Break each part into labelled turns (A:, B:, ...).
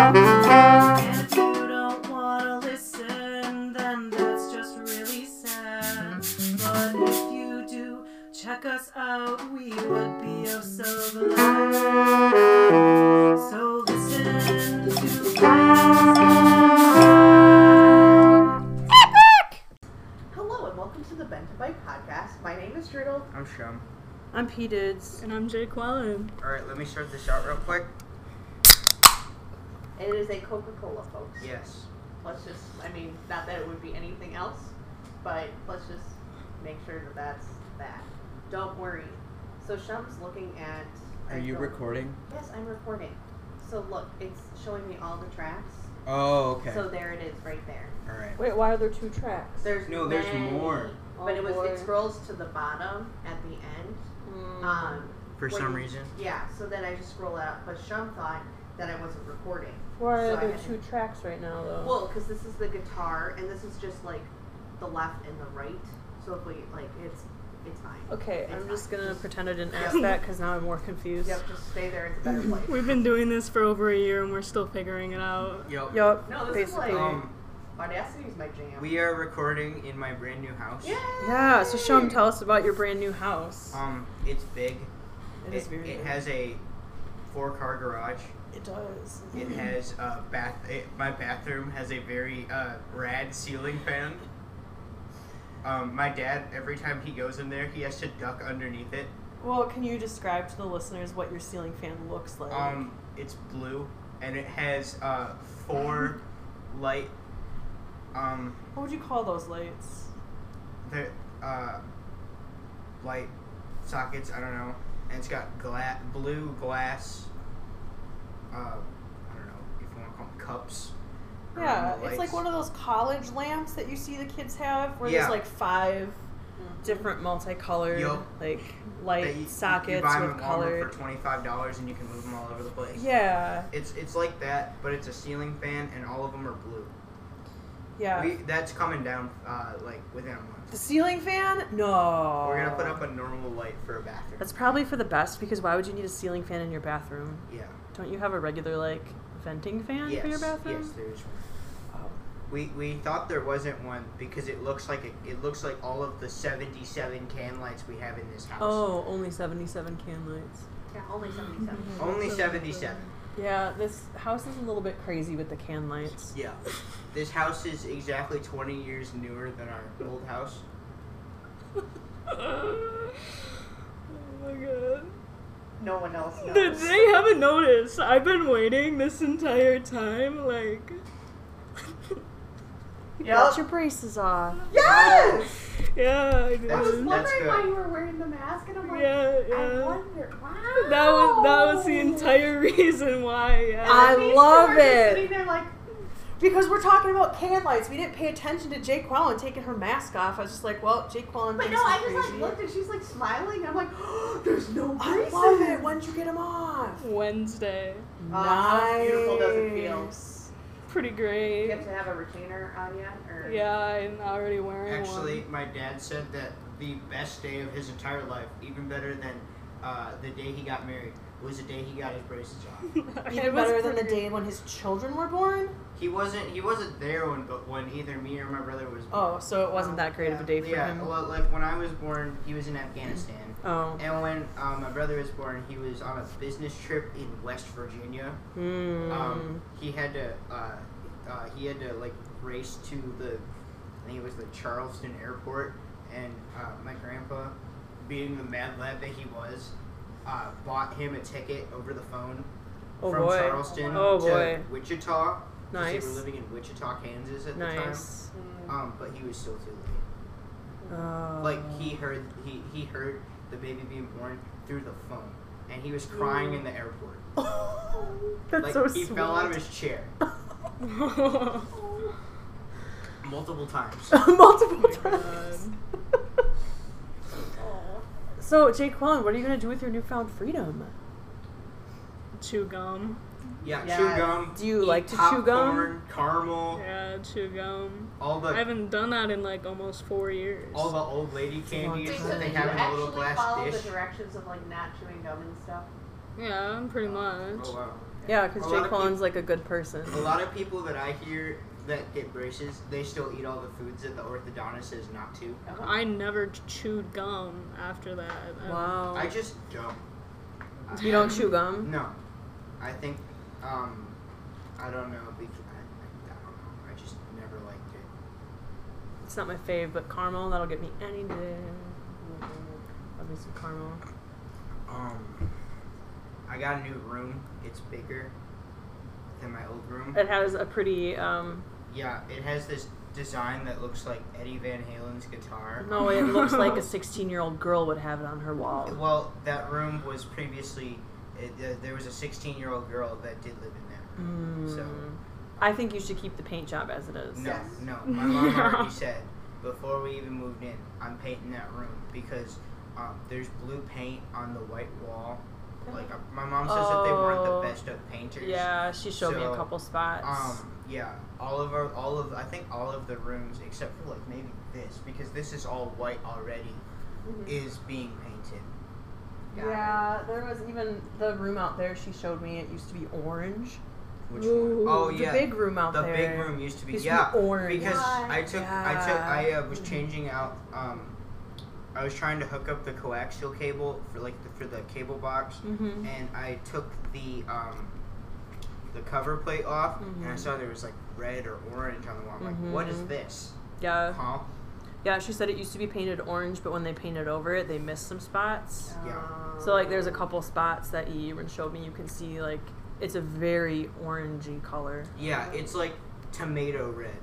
A: If you don't wanna listen, then that's just really sad. But if you do, check us out. We would be oh so glad. So listen to us.
B: Hello and welcome to the Bent to Bite podcast. My name is Droodle.
C: I'm Shum.
D: I'm P Dudes.
E: And I'm Jake Wallen.
C: Alright, let me start this out real quick.
B: It is a Coca-Cola, folks.
C: Yes.
B: Let's just, I mean, not that it would be anything else, but let's just make sure that that's that. Don't worry. So Shum's looking at.
C: Are
B: I
C: you
B: don't-
C: recording?
B: Yes, I'm recording. So look, it's showing me all the tracks.
C: Oh, okay.
B: So there it is, right there.
C: Alright.
E: Wait, why are there two tracks?
B: There's
C: No, there's
B: many,
C: more.
B: But it was
E: Oh, boy.
B: it scrolls to the bottom at the end.
E: Mm.
B: Um,
C: For
B: when
C: some
B: you-
C: reason.
B: Yeah. So then I just scroll out, but Shum thought that I wasn't recording.
E: why
B: so
E: are
B: I
E: there
B: had to-
E: two tracks right now, though?
B: Well, because this is the guitar, and this is just like the left and the right. So if we like, it's it's fine.
D: Okay,
B: It's
D: I'm
B: fine.
D: just gonna pretend I didn't
B: Yep.
D: ask that because now I'm more confused.
B: Yep, just stay there. It's a better place.
E: We've been doing this for over a year and we're still figuring it out.
C: Yup.
D: Yup.
B: No, this is
D: basically.
B: like-
C: Um,
B: Audacity is my jam.
C: we are recording in my brand new house.
B: Yay!
D: Yeah, so Shum, tell us about your brand new house.
C: Um, it's big.
D: it is very
C: It
D: big.
C: has a four-car garage.
D: It does.
C: It has a bath. It, my bathroom has a very uh, rad ceiling fan. Um, my dad, every time he goes in there, he has to duck underneath it.
D: Well, can you describe to the listeners what your ceiling fan looks like?
C: Um, it's blue, and it has uh, four light. Um,
D: what would you call those lights?
C: the uh, light sockets. I don't know, and it's got gla- blue glass. Uh, I don't know if you want to call them cups. around
D: Yeah,
C: the
D: it's like
C: lights.
D: one of those college lamps that you see the kids have, where
C: Yeah.
D: there's like five
B: Mhm.
D: different multicolored
C: Yup.
D: like
C: that
D: light
C: you- you-
D: sockets
C: you buy them at
D: with
C: Walmart
D: colored.
C: for twenty five dollars, and you can move them all over the place.
D: Yeah,
C: It's it's like that, but it's a ceiling fan, and all of them are blue.
D: yeah.
C: We, that's coming down uh, like within a month.
D: the ceiling fan? No.
C: We're gonna put up a normal light for a bathroom.
D: Oh. That's probably for the best because why would you need a ceiling fan in your bathroom?
C: yeah.
D: Don't you have a regular like venting fan
C: yes.
D: for your bathroom?
C: Yes, there is one. Um,
D: Oh.
C: We, we thought there wasn't one because it looks like it, it looks like all of the seventy seven can lights we have in this house.
D: Oh, only 77 can lights.
B: Yeah, only seventy-seven.
C: Only seventy seven.
D: Yeah, this house is a little bit crazy with the can lights.
C: Yeah. This house is exactly twenty years newer than our old house.
E: oh my god.
B: No one else
E: They,
B: knows.
E: they haven't noticed. I've been waiting this entire time, like.
D: Got
B: Yep.
D: your braces off.
B: Yes.
E: yeah, I did.
B: I was
C: That's-
B: wondering
C: that's good.
B: why you were wearing the mask, and I'm like,
E: Yeah,
B: I
E: yeah.
B: wonder. Wow.
E: That was that was the entire reason why. Yeah.
D: I
B: These two
D: love
B: are just
D: it.
B: Sitting there like,
D: Because we're talking about can lights. We didn't pay attention to Jake Quallen taking her mask off. I was just like, well, Jake Quallen.
B: but
D: thinks
B: no, I
D: I'm
B: just like
D: crazy.
B: looked, and she's like smiling. I'm like, there's no reason.
D: I love it. When'd you get him off?
E: Wednesday.
B: how Ah, beautiful does it feel?
D: Nice.
E: Pretty
B: Do
E: great.
B: you have to have a retainer on yet? Or
E: Yeah, I'm already
D: Oh,
E: wearing
C: Actually,
E: one.
C: my dad said that the best day of his entire life, even better than uh, the day he got married, was the day he got his braces off.
D: Even better than the day when his children were born.
C: He wasn't he wasn't there when but when either me or my brother was.
D: Oh, so it wasn't that great of a day for
C: yeah,
D: him.
C: well, like when I was born, he was in Afghanistan,
D: Oh.
C: and when uh, my brother was born, he was on a business trip in West Virginia.
D: Mm.
C: Um, he had to uh, uh, he had to like race to the I think it was the Charleston airport, and uh, my grandpa, being the mad lad that he was, uh, bought him a ticket over the phone
D: Oh,
C: from
D: boy.
C: Charleston
D: Oh,
C: to
D: boy.
C: Wichita. 'cause They
D: Nice.
C: were living in Wichita, Kansas at
D: nice.
C: the time. Um, but he was still too late.
D: Oh.
C: Like he heard he he heard the baby being born through the phone, and he was crying in the airport.
D: That's
C: like
D: so
C: he
D: sweet.
C: fell out of his chair multiple times.
D: Multiple
E: Oh my
D: times. so, Jake Quallen, what are you going to do with your newfound freedom?
E: chew gum.
C: Yeah,
B: Yes.
C: chew gum.
D: Do you
C: eat
D: like to chew gum?
C: popcorn, Caramel,
E: Yeah, chew gum.
C: all
E: I
C: the
E: haven't done that in like almost four years.
C: all the old lady
D: a long
C: candies
D: time.
C: that they
B: did you
C: have in a
B: actually
C: little glass
B: follow
C: dish.
B: the directions of like not chewing gum and stuff?
E: yeah, pretty much.
C: Oh wow.
D: Yeah, because
C: A lot
D: Jake
C: of
D: Quan's like a good person.
C: A lot of people that I hear that get braces, they still eat all the foods that the orthodontist says not to.
F: I never chewed gum after that. I-
D: Wow.
C: I just don't.
D: you don't chew gum?
C: No, I think um, I don't know because I, I don't know. I just never liked it.
D: It's not my fave, but caramel, that'll get me any day. Love me some caramel.
C: Um, I got a new room. It's bigger than my old room.
D: It has a pretty, um,
C: Yeah, it has this design that looks like Eddie Van Halen's guitar.
D: no, it looks like a 16 year old girl would have it on her wall.
C: Well, that room was previously. It, uh, there was a 16 year old girl that did live in that room.
D: Mm.
C: So-
D: I think you should keep the paint job as it is.
C: No,
G: Yes.
C: no. My mom already said before we even moved in, I'm painting that room because um, there's blue paint on the white wall. Like uh, my mom says that they weren't
D: Oh.
C: the best of painters.
D: Yeah, she showed me a
C: So,
D: couple spots.
C: Um. Yeah. All of our, all of, I think all of the rooms except for like maybe this because this is all white already
D: Mm.
G: Mhm.
C: is being painted.
G: Got it.
D: yeah, there was even the room out there she showed me. It used to be orange.
C: Which
F: Ooh.
C: one? Oh
D: The
C: yeah.
D: big room out
C: the
D: there.
C: big room used to be
D: Used to be
C: yeah
D: orange.
C: because
G: What?
C: I took I took
D: Yeah.
C: I uh, was changing out um I was trying to hook up the coaxial cable for like the, for the cable box
D: Mm-hmm.
C: and I took the um the cover plate off and I
D: Mhm.
C: saw there was like red or orange on the wall I'm like what is
D: Mhm.
C: this
D: Yeah.
C: huh
D: Yeah, she said it used to be painted orange, but when they painted over it, they missed some spots.
G: Oh.
C: Yeah.
D: So like, there's a couple spots that you even showed me. You can see like it's a very orangey color.
C: yeah it's like tomato red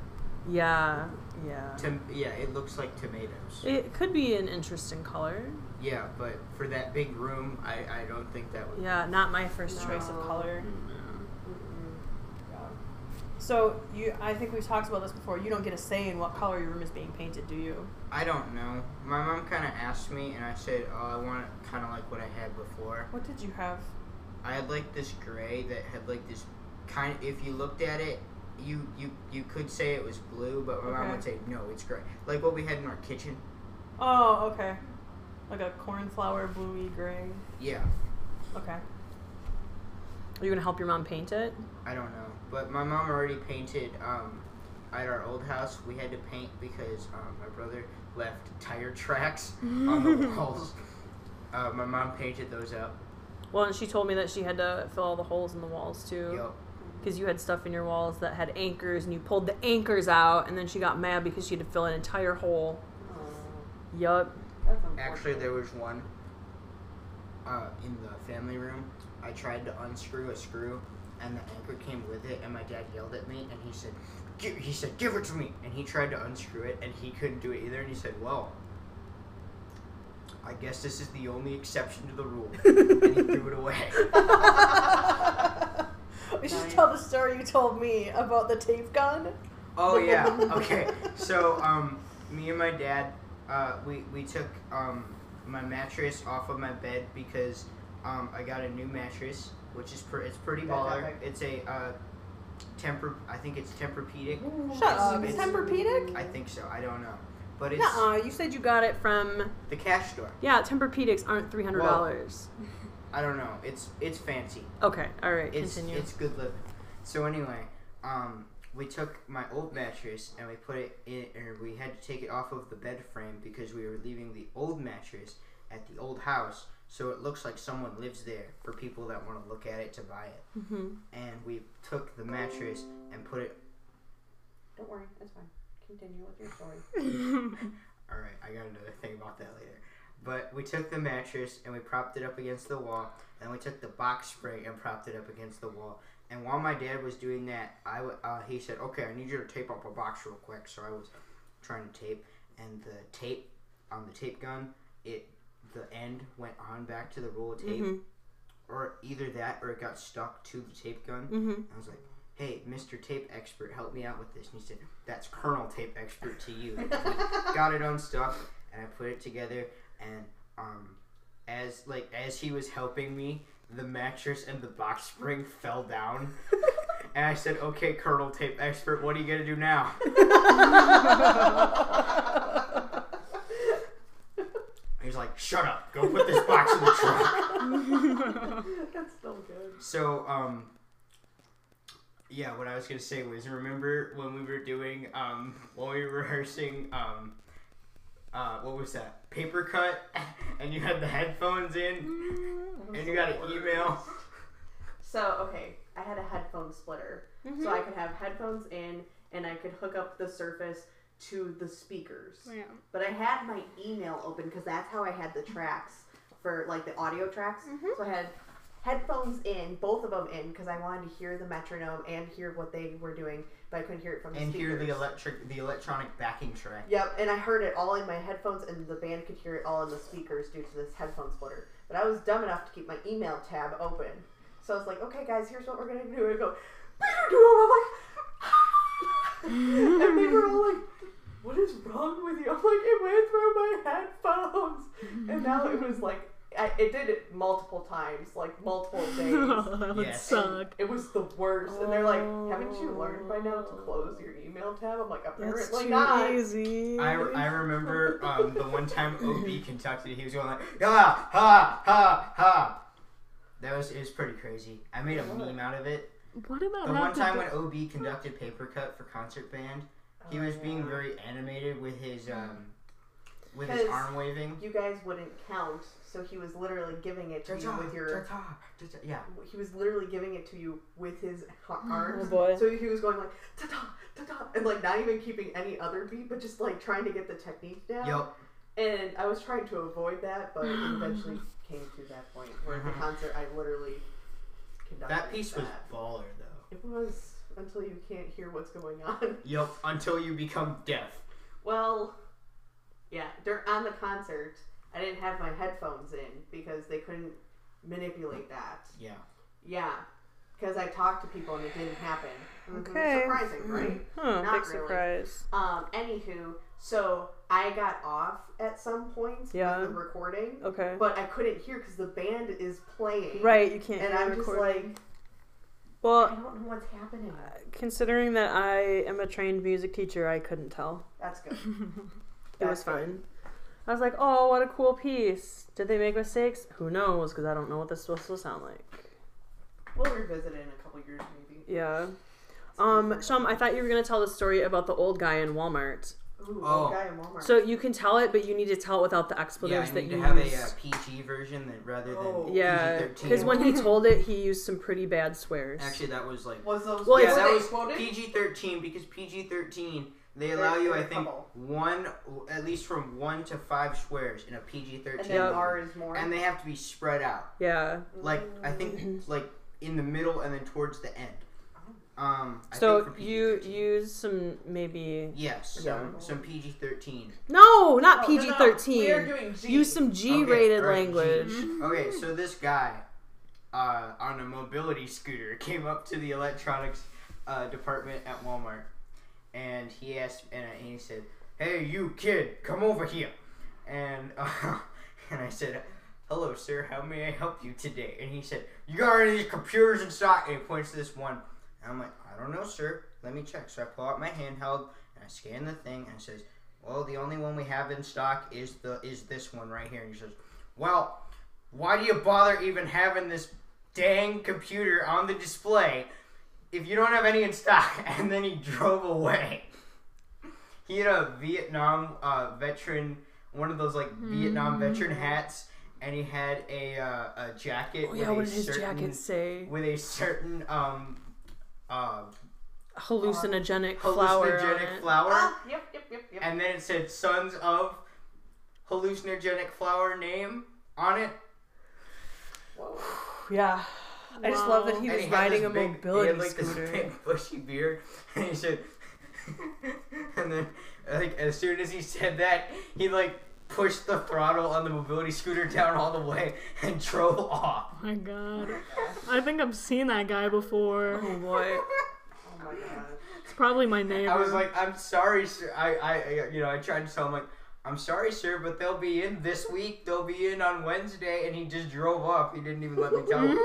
D: Yeah, yeah.
C: Tom- yeah it looks like tomatoes
D: It could be an interesting color.
C: yeah but for that big room I, I don't think that would
D: Yeah, not my first choice of
G: No.
D: color.
G: Mm-hmm.
H: So you, I think we've talked about this before. You don't get a say in what color your room is being painted, do you?
C: I don't know. My mom kind of asked me, and I said, "Oh, I want it kind of like what I had before.
H: What did you have?
C: I had like this gray that had like this kind. If you looked at it, you you you could say it was blue, but my mom
H: Okay.
C: would say no, it's gray. Like what we had in our kitchen.
H: Oh, okay. Like a cornflower bluey gray.
C: Yeah,
H: Okay.
D: Are you gonna help your mom paint it?
C: I don't know, but my mom already painted. Um, at our old house, we had to paint because um, my brother left tire tracks on the walls. Uh, my mom painted those up.
D: Well, and she told me that she had to fill all the holes in the walls too,
C: Yup.
D: because you had stuff in your walls that had anchors, and you pulled the anchors out, and then she got mad because she had to fill an entire hole.
G: Oh,
D: Yup.
G: that's
C: Actually,
G: unfortunate.
C: there was one uh, in the family room. I tried to unscrew a screw, and the anchor came with it. And my dad yelled at me, and he said, "Give!" He said, "Give it to me!" And he tried to unscrew it, and he couldn't do it either. And he said, "Well, I guess this is the only exception to the rule." and he threw it away.
H: We should
G: Nice.
H: tell the story you told me about the tape gun.
C: Oh yeah. Okay. So um, me and my dad, uh, we we took um my mattress off of my bed because um I got a new mattress, which is pr- it's pretty
G: That's
C: baller.
G: epic.
C: It's a uh, temper. I think it's Tempur-Pedic.
H: Shut
G: Um,
H: up.
C: it's-
H: Tempur-Pedic?
C: I think so. I don't know, but it's
D: Nuh-uh, you said you got it from
C: the cash store.
D: yeah. Tempur-Pedics aren't three hundred dollars.
C: I don't know. It's it's fancy.
D: Okay, all right,
C: It's
D: continue.
C: it's good living. So anyway, um, we took my old mattress and we put it in, or we had to take it off of the bed frame because we were leaving the old mattress at the old house, so it looks like someone lives there for people that want to look at it to buy it.
D: hmm
C: And we took the mattress and put it.
G: Don't worry, it's fine. Continue with your story.
C: All right, I got another thing about that later. But we took the mattress and we propped it up against the wall, and we took the box spring and propped it up against the wall. And while my dad was doing that, I w- uh, he said, "Okay, I need you to tape up a box real quick." So I was trying to tape, and the tape on the tape gun, it the end went on back to the roll of tape,
D: Mhm.
C: or either that or it got stuck to the tape gun.
D: Mhm.
C: I was like, "Hey, Mr. Tape Expert, help me out with this." And he said, "That's Colonel Tape Expert to you." And we got it unstuck, and I put it together. And um, as like as he was helping me, the mattress and the box spring fell down. And I said, "Okay, Colonel Tape Expert, what are you gonna do now?" He's like, "Shut up! Go put this box in the truck."
G: That's so good.
C: So um, yeah, what I was gonna say was remember when we were doing um when we were rehearsing um uh what was that paper cut and you had the headphones in and you got an email.
B: So okay, I had a headphone splitter, so I could have headphones in and I could hook up the Surface to the speakers.
A: Yeah.
B: But I had my email open because that's how I had the tracks for like the audio tracks. So I had headphones in, both of them in, because I wanted to hear the metronome and hear what they were doing, but I couldn't hear it from the
C: And
B: speakers.
C: hear the electric the electronic backing track.
B: Yep, and I heard it all in my headphones, and the band could hear it all in the speakers due to this headphone splitter. But I was dumb enough to keep my email tab open. So I was like, okay, guys, here's what we're gonna do. And I go, I'm like, "Ah!" and they were all like, what is wrong with you? I'm like, it went through my headphones. And now it was like, I, it did it multiple times, like multiple days.
A: that would
C: Yes.
A: suck.
B: It was the worst. And they're like, haven't you learned by now to close your email tab? I'm like, apparently
D: That's too
B: not.
D: easy.
C: I, I remember um, the one time OB Kentucky, he was going like, ha, ha, ha, ha. That was, it was pretty crazy. I made a meme out of it.
A: What about
C: The one
A: that?
C: time when OB conducted paper cut for concert band,
B: Oh,
C: he was being very animated with his, um, with his
B: 'Cause-
C: arm waving.
B: you guys wouldn't count, so he was literally giving it to you with your.
C: Ta-ta, ta-ta. Yeah.
B: He was literally giving it to you with his h- arms.
D: boy.
B: So he was going like ta ta ta ta, and like not even keeping any other beat, but just like trying to get the technique down.
C: Yup.
B: And I was trying to avoid that, but it eventually came to that point where the
C: Mhm.
B: concert I literally conducted
C: That piece was
B: that.
C: baller, though.
B: It was until you can't hear what's going on.
C: Yup. Until you become deaf.
B: Well, yeah, dur- on the concert, I didn't have my headphones in because they couldn't manipulate that.
C: Yeah.
B: Yeah, because I talked to people and it didn't happen. Mhm,
D: Okay. Mm-hmm.
B: Surprising, right?
D: Huh,
B: Not
D: big
B: really.
D: surprise.
B: Um, anywho, so I got off at some point
D: Yeah.
B: with the recording,
D: Okay.
B: but I couldn't hear because the band is playing.
D: Right, you can't.
B: And
D: hear
B: I'm
D: recording.
B: just like, I
D: well,
B: don't know what's happening.
D: considering that I am a trained music teacher, I couldn't tell.
B: That's good.
D: It was fine. I was like, oh, what a cool piece. Did they make mistakes? Who knows? Because I don't know what this is supposed to sound like.
B: We'll revisit it in a couple years, maybe.
D: Yeah. Um, Shum, I thought you were gonna tell the story about the old guy in Walmart.
B: Ooh,
C: Oh.
B: old guy in Walmart.
D: So you can tell it, but you need to tell it without the
C: Yeah,
D: expletives
C: I
D: that
C: need
D: you
C: to have a
D: use.
C: uh, PG version that rather than
B: Oh.
D: yeah,
C: PG-13.
D: because when he told it, he used some pretty bad swears.
C: Actually, that was like
B: was those
D: Well,
B: well,
C: yeah,
D: it's-
B: were
C: that
B: they
C: was
B: quoted?
C: PG thirteen because PG thirteen they
B: There-
C: allow you, I
B: there's a
C: think,
B: couple.
C: one at least from one to five swears in a PG
B: and
C: thirteen,
B: then
D: Yep.
B: R is more.
C: and they have to be spread out,
D: yeah.
C: like I
B: Mm.
C: think, like in the middle and then towards the end. Um, I think
D: So
C: for
D: you
C: PG-13.
D: use some maybe
C: yes, some some PG thirteen.
D: Oh, no, not
B: Oh, No, no,
D: PG
B: no, We are
D: thirteen.
B: doing G.
D: Use some G-rated
C: alright,
D: language.
C: Okay, so this guy uh, on a mobility scooter came up to the electronics uh, department at Walmart, and he asked, and, I, and he said, "Hey, you kid, come over here." And uh, and I said, "Hello, sir. How may I help you today?" And he said, "You got any of these computers in stock?" And he points to this one. And I'm like, "I don't know, sir. Let me check." So I pull out my handheld and I scan the thing, and it says. Well, the only one we have in stock is the is this one right here. And he says, "Well, why do you bother even having this dang computer on the display if you don't have any in stock? And then he drove away. He had a Vietnam uh, veteran, one of those like Vietnam veteran hats, and he had a uh, a jacket.
D: Mm. Oh
C: with
D: yeah,
C: a
D: what did his
C: certain,
D: jacket say?
C: With a certain um, uh,
D: Hallucinogenic flower. on
C: hallucinogenic
D: it.
C: flower,
B: Ah, yep, yep, yep, yep.
C: and then it said "Sons of hallucinogenic flower" name on it.
B: Whoa.
D: Yeah. I just love that he
C: And
D: was
C: had
D: riding
C: this
D: a
C: big-
D: mobility
C: he had, like,
D: scooter.
C: This big bushy beard, and he said, and then like as soon as he said that, he like pushed the throttle on the mobility scooter down all the way and drove off.
A: Oh my god. I think I've seen that guy before.
D: oh boy.
B: Oh my god.
A: It's probably my neighbor.
C: I was like, I'm sorry, sir. I, I, I- you know, I tried to tell him like. I'm sorry, sir, but they'll be in this week. They'll be in on Wednesday, and he just drove off. He didn't even let me tell him.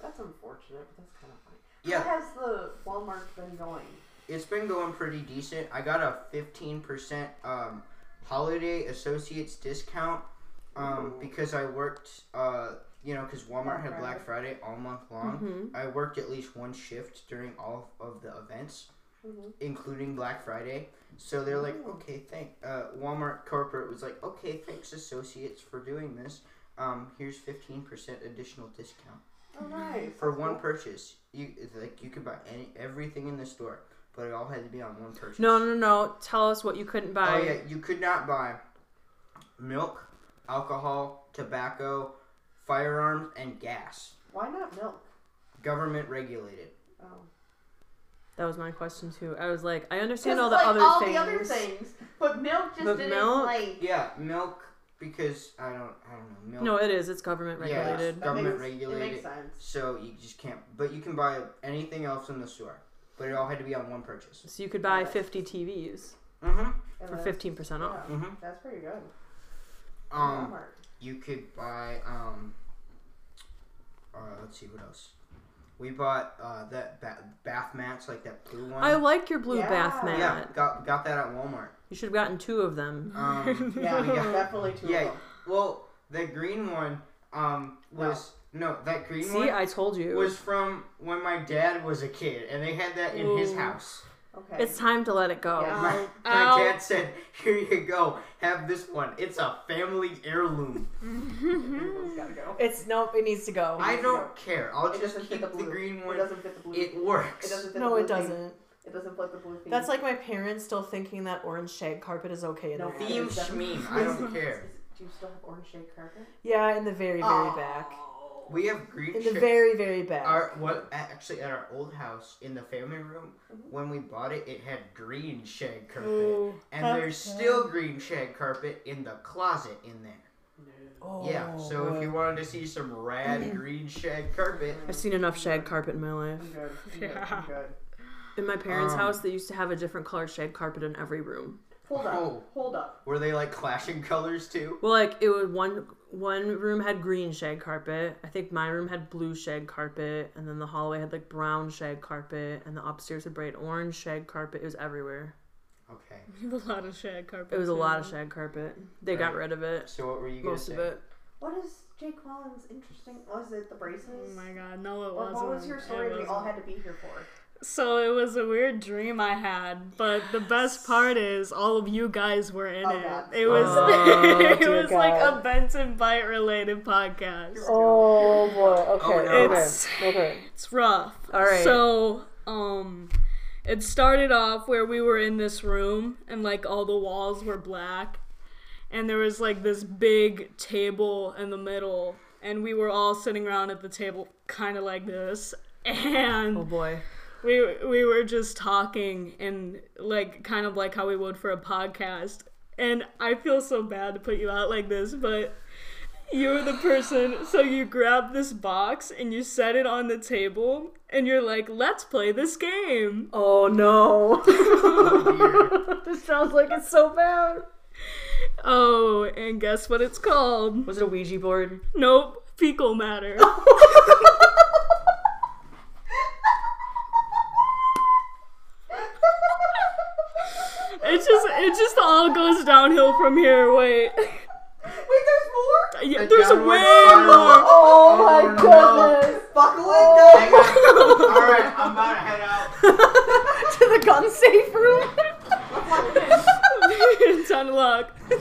B: That's unfortunate, but that's kind of funny.
C: Yeah.
B: How has the Walmart been going?
C: it's been going pretty decent. I got a fifteen percent um, holiday associates discount um, because I worked uh, you know, because Walmart had Black Friday Mm-hmm. all month long.
D: Mhm.
C: I worked at least one shift during all of the events, Mm-hmm.
B: Mhm.
C: including Black Friday. So they're like, okay, thank. Uh, Walmart corporate was like, okay, thanks associates for doing this. Um, here's fifteen percent additional discount
B: Oh, nice.
C: for
B: That's
C: one
B: cool.
C: purchase. You it's like you could buy any everything in the store, but it all had to be on one purchase.
D: No, no, no. Tell us what you couldn't
C: Oh
D: buy.
C: yeah, you could not buy milk, alcohol, tobacco, firearms, and gas.
B: Why not milk?
C: Government regulated.
B: Oh.
D: That was my question too. I was like, I
B: 'Cause
D: understand all
B: it's
D: the
B: like
D: other
B: all
D: things.
B: the other things, but milk just
D: But
B: didn't
D: milk-
B: like.
C: Yeah, milk because I don't I don't know milk.
D: No, it is. It's government
C: Yeah.
D: regulated.
B: That
C: Government
B: makes- It
C: regulated.
B: makes sense.
C: So you just can't. But you can buy anything else in the store. But it all had to be on one purchase.
D: So you could buy 50 TVs
C: Mm-hmm.
B: And
D: for
B: that's-
D: 15% off.
B: yeah,
C: Mm-hmm.
B: That's pretty good.
C: Um,
B: Walmart.
C: you could buy um. Uh, let's see what else. We bought uh that ba- bath mats like that blue one.
D: I like your blue
B: Yeah.
D: bath mat.
C: yeah, got got that at Walmart.
D: You should have gotten two of them.
C: Um,
B: Yeah,
C: we got-
B: definitely two
C: yeah.
B: of them.
C: well, that green one um was no, that green
D: See,
C: one
D: I told you.
C: was from when my dad was a kid, and they had that in his
D: Ooh.
C: house.
B: Okay.
D: it's time to let it go.
B: Yeah.
C: My, my
A: Ow.
C: dad said, "Here you go, have this one. It's a family heirloom.
B: Everyone's gotta go.
I: It's nope. It needs to go.
C: I don't care. I'll
B: It
C: just
B: doesn't fit
C: keep
B: the
C: the,
B: blue.
C: green
B: It
C: one. It,
B: doesn't fit the blue. It
C: works.
B: doesn't fit the
I: no,
B: blue
I: it
B: Theme.
I: doesn't.
B: It doesn't fit the blue theme.
I: That's like my parents still thinking that orange shag carpet is okay in
B: No.
I: their house.
C: Theme
B: It doesn't-
C: schmeme. I don't care.
B: Is- Do you still have orange shade carpet?
I: Yeah, in the very, very
B: Oh.
I: back.
C: We have green.
I: In the
C: shit-
I: very, very back.
C: Our what actually at our old house in the family room when we bought it, it had green shag carpet, and there's still green shag carpet in the closet in there.
I: Oh,
C: yeah, so if you wanted to see some rad green shag carpet,
D: I've seen enough shag carpet in my life.
B: I'm good. I'm good.
A: Yeah.
B: I'm good.
D: In my parents'
C: Um.
D: house, they used to have a different color shag carpet in every room.
B: Hold up.
C: Oh.
B: Hold up.
C: were they like clashing colors too?
D: Well, like it was one one room had green shag carpet. I think my room had blue shag carpet, and then the hallway had like brown shag carpet, and the upstairs had bright orange shag carpet. It was everywhere.
C: Okay,
A: We have a lot of shag carpet.
D: It was a lot of
A: too.
D: shag carpet. They got
C: Right.
D: rid of it,
C: so what were you gonna
D: most
C: say?
D: of it.
B: What is Jake Collins' interesting? Was it the
A: Oh
B: braces?
A: my god, no, it
B: Or
A: wasn't.
B: what was your
A: It
B: story we all
A: wasn't.
B: had to be here for?
A: So it was a weird dream I had, but the best part is all of you guys were in
B: Oh,
A: it.
B: God.
A: It was
D: Oh,
A: it
D: dear
A: was like
D: God.
A: a Benson Bite related podcast.
D: Oh boy. Okay.
C: Oh, no.
A: It's-
D: Okay.
A: It's rough.
D: All right.
A: So, um, it started off where we were in this room and like all the walls were black, and there was like this big table in the middle, and we were all sitting around at the table, kind of like this, and
D: Oh boy.
A: we we were just talking and like kind of like how we would for a podcast and i feel so bad to put you out like this but you're the person so you grab this box and you set it on the table and you're like let's play this game
D: Oh no.
C: Weird.
D: this sounds like it's so bad.
A: oh and guess what it's called
D: Was it a Ouija board?
A: nope fecal matter it just it just all goes downhill from here wait
B: Wait, there's more.
A: yeah,
C: The
A: there's
C: downward
A: way
C: spiral.
A: more
B: Oh,
C: my
B: my
C: no.
B: goodness! Buckle in,
C: Hang on. All right, I'm about to head out.
I: to the gun safe room.
A: it's unlocked.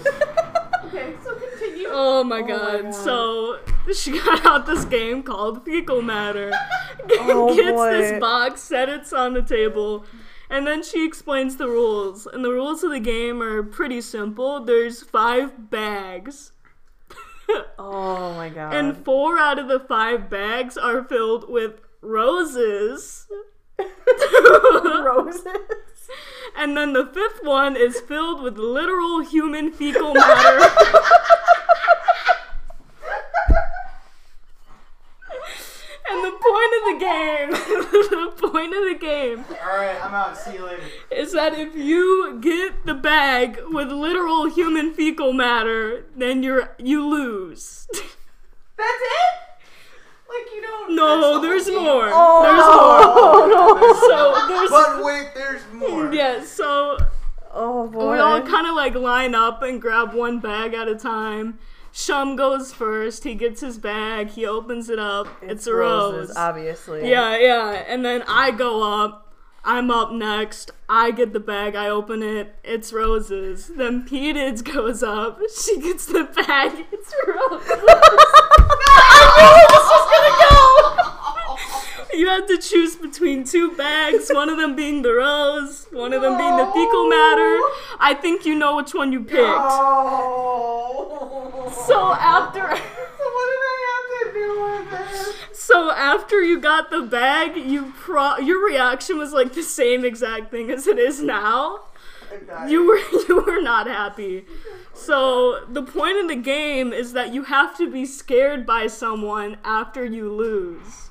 B: Okay, so continue.
A: Oh my, god. So she got out this game called Fecal Matter.
D: Oh,
A: Gets
D: boy.
A: this box, set it on the table, and then she explains the rules. And the rules of the game are pretty simple. There's five bags.
D: Oh my god.
A: And four out of the five bags are filled with roses.
D: roses.
A: and then the fifth one is filled with literal human fecal matter. and the point of the game, the point of the game
C: All right, I'm out. See you later.
A: is that if you get the bag with literal human fecal matter, then you're you lose.
B: That's it. Like you don't.
A: No, Oh, there's more.
D: Oh,
A: there's more. So
C: But wait, there's more.
A: there's yeah, so
D: Oh boy.
A: we all kind of like line up and grab one bag at a time.
F: Shum goes first. He gets his bag. He opens it up. It's, a
D: roses,
F: rose.
D: obviously.
F: Yeah, yeah. And then I go up. I'm up next. I get the bag. I open it. It's roses. Then Peteds goes up. She gets the bag. It's roses. You had to choose between two bags, one of them being the rose, one of them being the fecal matter. I think you know which one you picked.
G: Oh.
F: So after
G: what did I have to do with this?
F: so after you got the bag, you pro- your reaction was like the same exact thing as it is now.
G: I'm dying.
F: You were you were not happy. So the point of the game is that you have to be scared by someone after you lose.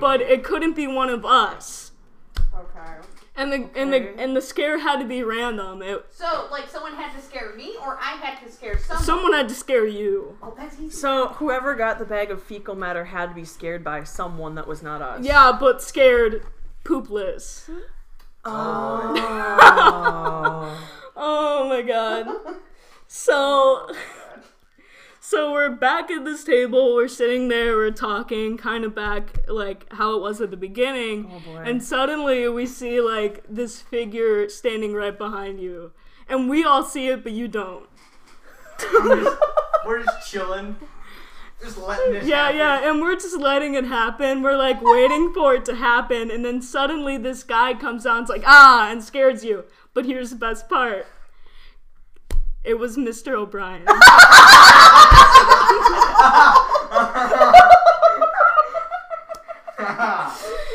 F: But it couldn't be one of us.
G: Okay.
F: And the and the and the scare had to be random. It,
B: So, like, someone had to scare me, or I had to scare someone.
F: someone had to scare you.
G: Oh, that's easy.
D: So whoever got the bag of fecal matter had to be scared by someone that was not us.
F: Yeah, but scared poopless.
D: Oh.
F: Oh my god. So So we're back at this table, we're sitting there, we're talking kind of back like how it was at the beginning.
D: Oh, boy.
F: And suddenly we see like this figure standing right behind you. And we all see it but you don't.
C: We're just, we're just chilling. Just letting this
F: Yeah,
C: happen.
F: yeah, and we're just letting it happen. We're like waiting for it to happen, and then suddenly this guy comes out and's like, ah, and scares you. But here's the best part it was Mr. O'Brien.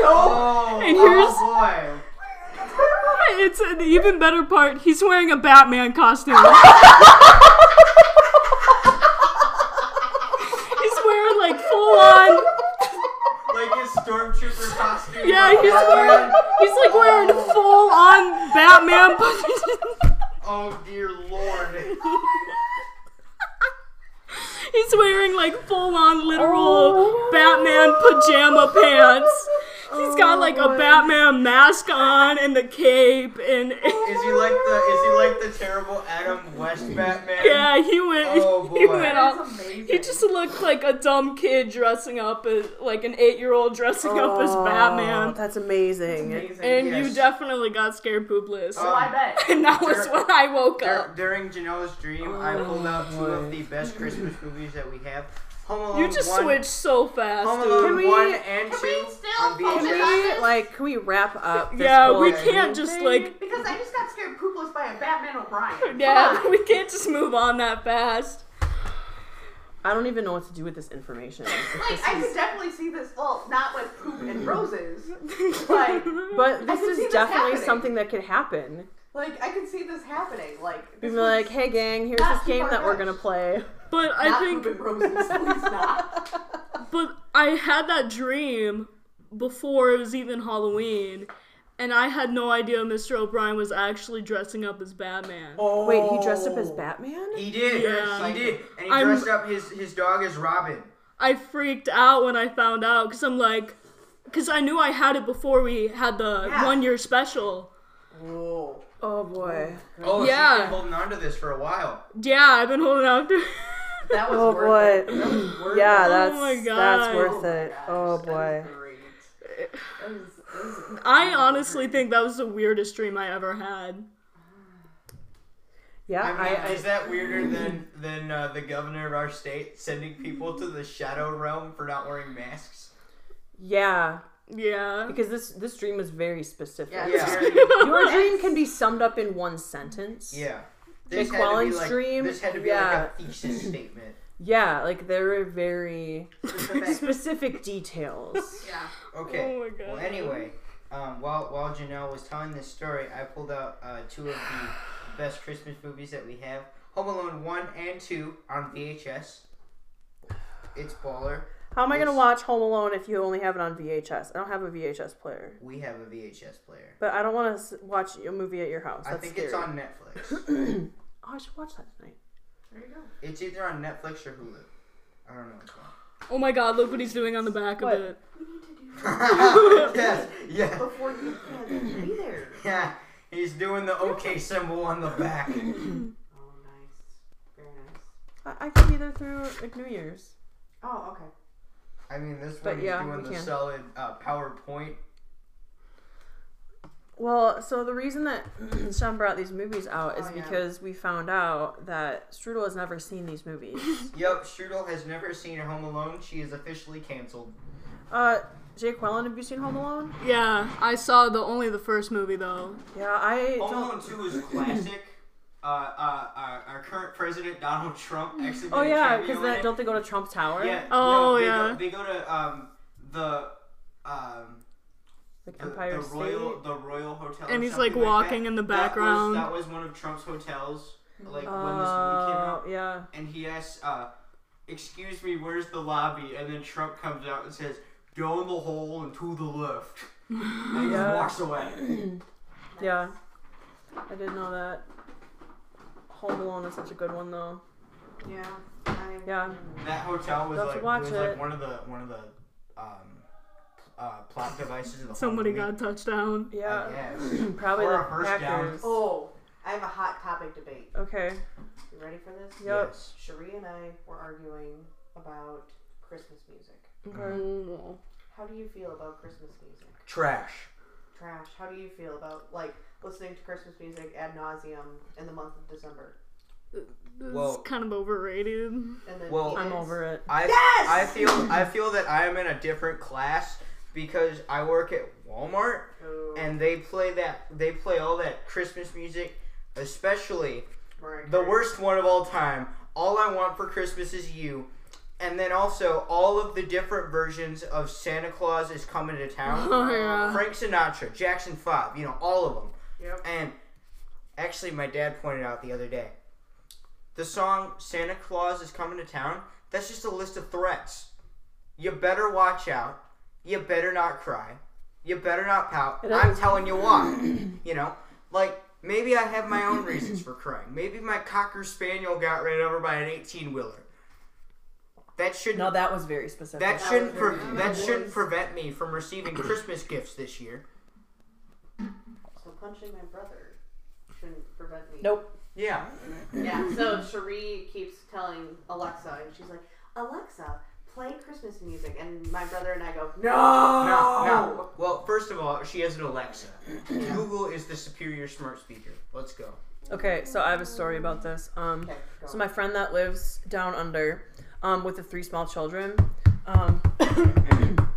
C: Oh,
F: And here's-
C: oh boy.
F: it's an even better part. He's wearing a Batman costume. he's wearing like full on.
C: Like his stormtrooper costume.
F: Yeah, he's wearing. He's like wearing full on Batman.
C: Oh dear lord.
F: He's wearing like full on literal Batman pajama pants. He's got like a Batman mask on and the cape and
C: Is he like the is he like the terrible Adam West Batman?
F: yeah, he went
C: Oh,
F: he
C: boy.
F: went
G: That's
F: off.
G: amazing.
F: He just looked like a dumb kid dressing up as like an 8-year-old dressing up as
D: Oh,
F: Batman.
D: That's amazing.
G: amazing.
F: And you
C: yes.
F: definitely got scared poopless.
C: Oh,
G: I bet.
F: and that was
C: Dur-
F: when I woke
C: Dur-
F: up. Oh,
C: during Janelle's dream, I pulled out two of the best Christmas movies that we have. Home Alone
F: You just
C: 1,
F: switched so fast.
C: Home
F: dude.
C: Alone
D: Can we-
C: 1 and 2
B: we still
C: on
B: focus
C: VHS.
B: on-
D: Can we, like, can we wrap up? This
F: Yeah,
D: whole
F: we
D: thing?
F: can't just like
G: Because I just got scared poopless by a Batman O'Brien.
F: yeah, we can't just move on that fast.
D: I don't even know what to do with this information.
G: Like, I could definitely see this, well, not with poop and roses, but,
D: But
G: I
D: this
G: can see
D: is
G: this
D: definitely
G: happening.
D: something that could happen.
G: like, I could see this happening. Like,
D: We'd
G: this was
D: be like, hey gang, here's
G: Not
D: this game that we're
G: far-fetched.
D: gonna play.
F: But I
G: not
F: think
G: poop and roses, please not.
F: But I had that dream before it was even Halloween, and I had no idea Mr. O'Brien was actually dressing up as Batman.
D: Wait, he dressed up as Batman?
C: He did.
F: Yeah.
C: He did. And he
F: I'm-
C: dressed up his, his dog as Robin.
F: I freaked out when I found out because I'm like, because I knew I had it before we had the
G: Yeah.
F: one year special.
G: Whoa.
D: Oh boy.
C: Oh,
F: Yeah.
C: she's been holding on to this for a while.
F: Yeah, I've been holding out. to-
G: That was
D: Oh
G: worth
D: boy.
G: it. That was worth
D: Yeah,
F: Oh
D: that's
F: my God.
D: that's worth it. Oh boy.
F: I honestly think that was the weirdest dream I ever had.
D: Yeah,
C: I mean,
D: I, I
C: is that weirder than than uh, the governor of our state sending people to the shadow realm for not wearing masks?
D: yeah,
F: Yeah.
D: because this this dream was very specific.
G: Yeah.
C: Yeah.
D: Your dream can be summed up in one sentence.
C: yeah. This
D: Jake
C: had to be
D: Wallen's
C: like-
D: dream?
C: This had to be
D: Yeah.
C: like a thesis statement.
D: Yeah, like there were very
G: Specific.
D: specific details.
G: Yeah.
C: Okay.
F: Oh my God.
C: Well, anyway, um, while while Janelle was telling this story, I pulled out uh, two of the best Christmas movies that we have: Home Alone one and two on VHS. It's baller.
D: How am I gonna
C: Yes.
D: watch Home Alone if you only have it on VHS? I don't have a VHS player,
C: We have a VHS player.
D: but I don't want to watch a movie at your house. That's
C: I think
D: scary.
C: it's on Netflix.
D: Oh, I should watch that tonight.
G: There you go.
C: It's either on Netflix or Hulu. I don't know which
F: Oh my god, look what he's doing on the back
D: What?
F: of it.
C: one. yes, yes,
G: Before you can be there.
C: yeah. He's doing the OK symbol on the back.
G: Oh, nice. Very nice.
D: I, I could be there through like New Year's.
G: Oh, okay.
C: I mean, this
D: But
C: one's
D: yeah,
C: doing
D: we
C: the
D: can.
C: solid uh, PowerPoint.
D: Well, so the reason that Sean brought these movies out is
G: Oh, yeah.
D: because we found out that Strudel has never seen these movies.
C: Yep, Strudel has never seen Home Alone. She is officially canceled.
D: uh, Jake Wellen, have you seen Home Alone?
F: Yeah, I saw the only the first movie though.
D: Yeah, I
C: Home
D: don't.
C: Alone 2 is classic. Uh, uh, our, our current president Donald Trump actually.
D: Oh
C: made a
D: yeah,
C: cameo
D: because
C: in it.
D: don't they go to Trump Tower?
C: Yeah.
F: Oh,
C: no, they
F: yeah.
C: Go, they go to um the um
D: Like
C: the,
D: Empire
C: the
D: State.
C: Royal the Royal Hotel. or
F: And he's,
C: something
F: like, walking
C: that.
F: in the background.
C: That was, that was one of Trump's hotels. Like when this movie came
D: Uh,
C: out,
D: yeah.
C: and he asks, uh, "Excuse me, where's the lobby?" And then Trump comes out and says, "Down the hall and to the left." and he
D: Yeah.
C: just walks away.
D: Yeah. I didn't know that. Home Alone is such a good one though.
G: Yeah. I,
D: Yeah.
C: That hotel was
D: Let's
C: like
D: watch
C: it was
D: it.
C: like one of the one of the um uh plot devices of the whole
F: Somebody
C: movie,
F: got touchdown.
D: Yeah.
C: I guess.
D: Probably
C: Or
D: the
C: a first down.
D: Packers.
G: Oh, I have a hot topic debate.
D: Okay.
G: You ready for this?
D: Yep.
C: Yes.
G: Cherie and I were arguing about Christmas music.
D: Okay.
G: How do you feel about Christmas music?
C: Trash.
G: Trash. How do you feel about like listening to Christmas music ad nauseum in the month of December?
F: It's
C: Well-
F: kind of overrated.
G: And then
C: Well,
D: I'm
G: kids-
D: over it.
C: I
G: Yes!
C: I feel I feel that I am in a different class because I work at Walmart
G: Oh,
C: and they play that they play all that Christmas music, especially
G: Mariah
C: the
B: Mhm.
G: Carey.
C: worst one of all time. All I want for Christmas is you. And then also all of the different versions of Santa Claus is coming to town.
F: Oh, yeah.
C: Frank Sinatra, Jackson 5, you know, all of them.
G: Yep.
C: And actually, my dad pointed out the other day the song Santa Claus is Coming to Town, that's just a list of threats. You better watch out. You better not cry. You better not pout.
D: It
C: I'm
D: is-
C: telling you why. you know, like maybe I have my own reasons for crying. Maybe my cocker spaniel got ran over by an 18 wheeler. That shouldn't
D: No, that was very specific.
C: that shouldn't pre- that
G: was-
C: shouldn't prevent me from receiving Christmas gifts this year.
G: So punching my brother shouldn't prevent me.
D: nope.
C: Yeah.
G: Yeah. So Cherie keeps telling Alexa, and she's like, Alexa, play Christmas music, and my brother and I go, No.
C: No, no. Well, first of all, she has an Alexa. Google is the superior smart speaker. Let's go.
D: Okay, so I have a story about this. Um,
G: Okay, go
D: so my friend that lives down under, um, with the three small children, um,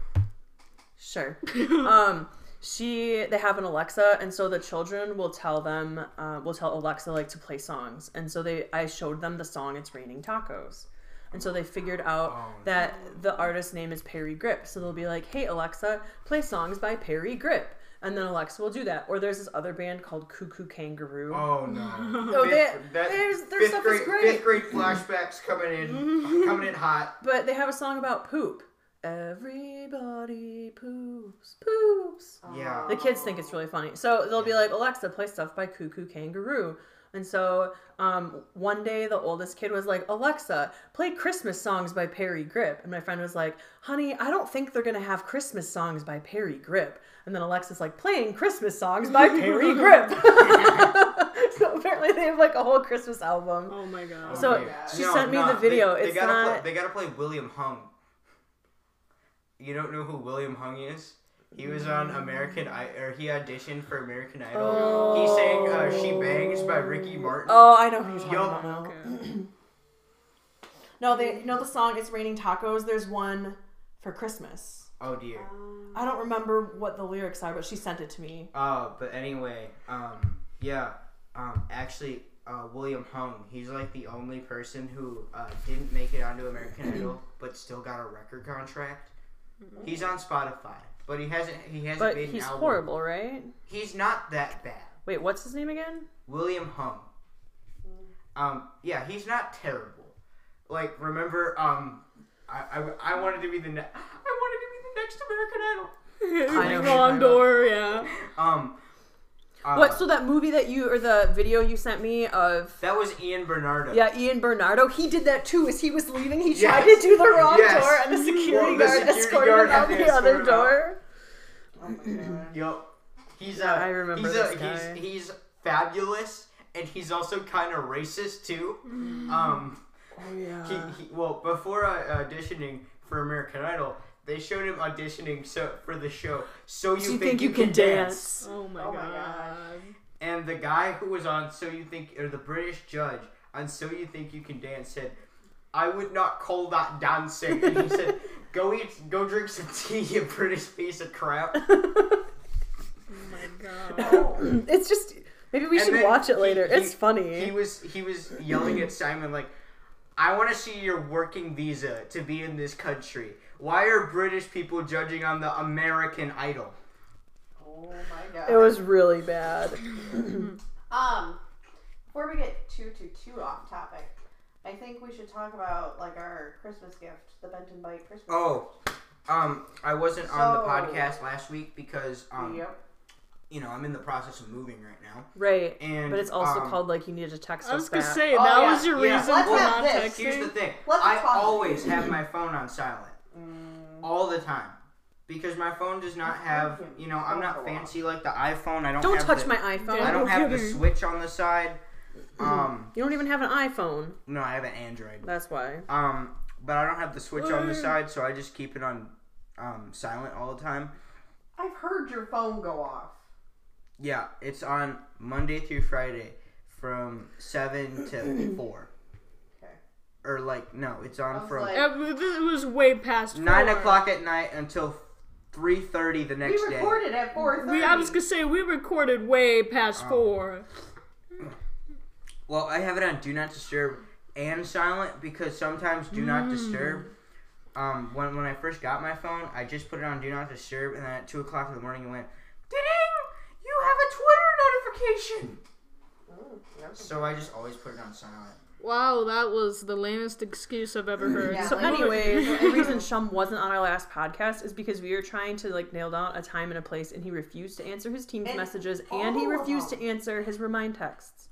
D: sure. Um, she they have an Alexa, and so the children will tell them, uh, will tell Alexa like to play songs, and so they I showed them the song "It's Raining Tacos." And so they figured out that the artist's name is Perry Grip. So they'll be like, hey, Alexa, play songs by Perry Grip. And then Alexa will do that. Or there's this other band called Cuckoo Kangaroo.
C: Oh no.
D: Oh, they- there's- their
C: fifth
D: stuff is
C: grade,
D: great.
C: Fifth grade flashbacks coming in, coming in hot.
D: But they have a song about poop. Everybody poops, poops.
C: Yeah.
D: The kids think it's really funny. So they'll be
C: Yeah.
D: like, Alexa, play stuff by Cuckoo Kangaroo. And so um, one day the oldest kid was like, Alexa, play Christmas songs by Perry Grip. And my friend was like, honey, I don't think they're going to have Christmas songs by Perry Grip. And then Alexa's like, playing Christmas songs by Perry Grip. so apparently they have like a whole Christmas album.
F: Oh my god.
D: So
G: yeah.
D: she
C: No,
D: sent me
C: no,
D: the video.
C: They, they
D: it's
C: gotta
D: not.
C: Play, they gotta play William Hung. You don't know who William Hung is? He was on American I or he auditioned for American Idol. He sang uh, "She Bangs" by Ricky Martin.
D: Oh, I know who you're talking
C: Yup.
D: about now.
F: Okay.
D: No, they you know the song "It's Raining Tacos." There's one for Christmas.
C: Oh, dear.
D: I don't remember what the lyrics are, but she sent it to me.
C: Oh, but anyway, um, yeah, um, actually, uh, William Hung, he's like the only person who uh, didn't make it onto American Idol, but still got a record contract. He's on Spotify, but he hasn't. He hasn't
D: Mm-hmm. But
C: made an
D: he's
C: album.
D: horrible, right?
C: He's not that bad.
D: Wait, what's his name again?
C: William Hung.
D: Mm.
C: Um, yeah, he's not terrible. Like, remember, um, I, I, I wanted to be the ne- I wanted to be the next American Idol.
D: I know who you're
F: Wrong
D: talking about.
F: door, yeah.
C: Um, uh,
D: What? So that movie that you or the video you sent me of
C: That was Ian Bernardo.
D: yeah, Ian Bernardo, he did that too. As he was leaving, he
C: Yes.
D: tried to do the wrong
C: Yes.
D: door, and the security
C: Well, the
D: guard
C: security
D: escorted
C: guard
D: him
C: had
D: out
C: to
D: the other
C: escort him out.
D: door.
G: Oh
C: Yo, he's uh,
D: Yeah, I remember
C: he's,
D: this
C: uh,
D: guy.
C: he's he's fabulous and he's also kind of racist too. Um,
D: Oh yeah.
C: He, he, well, before uh, auditioning for American Idol, they showed him auditioning so for the show. So you, think, you can, dance.
F: Oh my
G: Oh my
F: god.
C: And the guy who was on So You Think, or the British judge on So You Think You Can Dance said, I would not call that dancing. And he said, Go eat, go drink some tea, you British piece of crap.
F: Oh my god.
G: Oh,
D: It's just maybe we
C: And
D: should
C: then
D: watch it
C: he-
D: later.
C: he-
D: it's funny.
C: He was he was yelling at Simon like, "I want to see your working visa to be in this country. Why are British people judging on the American Idol?"
G: oh my god.
D: it was really bad.
B: Um, before we get too too too off topic, I think we should talk about like our Christmas gift, the Benton Bite Christmas.
C: Oh, um, I wasn't on the
B: So-
C: podcast last week because um,
B: Yep.
C: you know, I'm in the process of moving right now.
D: Right.
C: And,
D: but it's also
C: um,
D: called like you needed to text
F: I
D: us
F: was gonna
D: back.
F: say
B: Oh,
F: that
B: yeah,
F: was your
C: yeah.
F: reason
G: Let's
F: for
G: have
F: not
G: this.
F: texting.
C: Here's the thing:
G: Let's
C: I
G: talk.
C: always have my phone on silent,
D: Mm.
C: all the time. Because my phone does not have, you know, I'm not fancy like the iPhone. I don't.
D: Don't
C: have
D: touch
C: the-
D: my iPhone.
F: Yeah.
C: I don't have the
F: computer.
C: switch on the side. Um,
D: You don't even have an iPhone.
C: no, I have an Android.
D: That's why.
C: Um, but I don't have the switch on the side, so I just keep it on um, silent all the time.
G: I've heard your phone go off.
C: Yeah, it's on Monday through Friday from seven to four.
G: Okay.
C: Or like no, it's
B: I
C: on
B: was
C: from
B: like-
F: Uh, but this- It was way past
C: nine
F: four.
C: o'clock at night until three thirty the
B: We
C: next day.
B: recorded at four thirty.
F: We, I was gonna say we recorded way past four.
C: Well, I have it on do not disturb and silent because sometimes do
D: Hmm.
C: not disturb. Um, when when I first got my phone, I just put it on do not disturb, and then at two o'clock in the morning, it went ding. You have a Twitter notification.
G: Mm,
C: So I just always put it on silent.
F: Wow, that was the lamest excuse I've ever heard.
D: So
F: Moving-
D: anyways, the reason Shum wasn't on our last podcast is because we were trying to like nail down a time and a place, and he refused to answer his team's
G: And
D: messages, and he
G: all of
D: refused
G: them. Mm-hmm.
D: to answer his remind texts.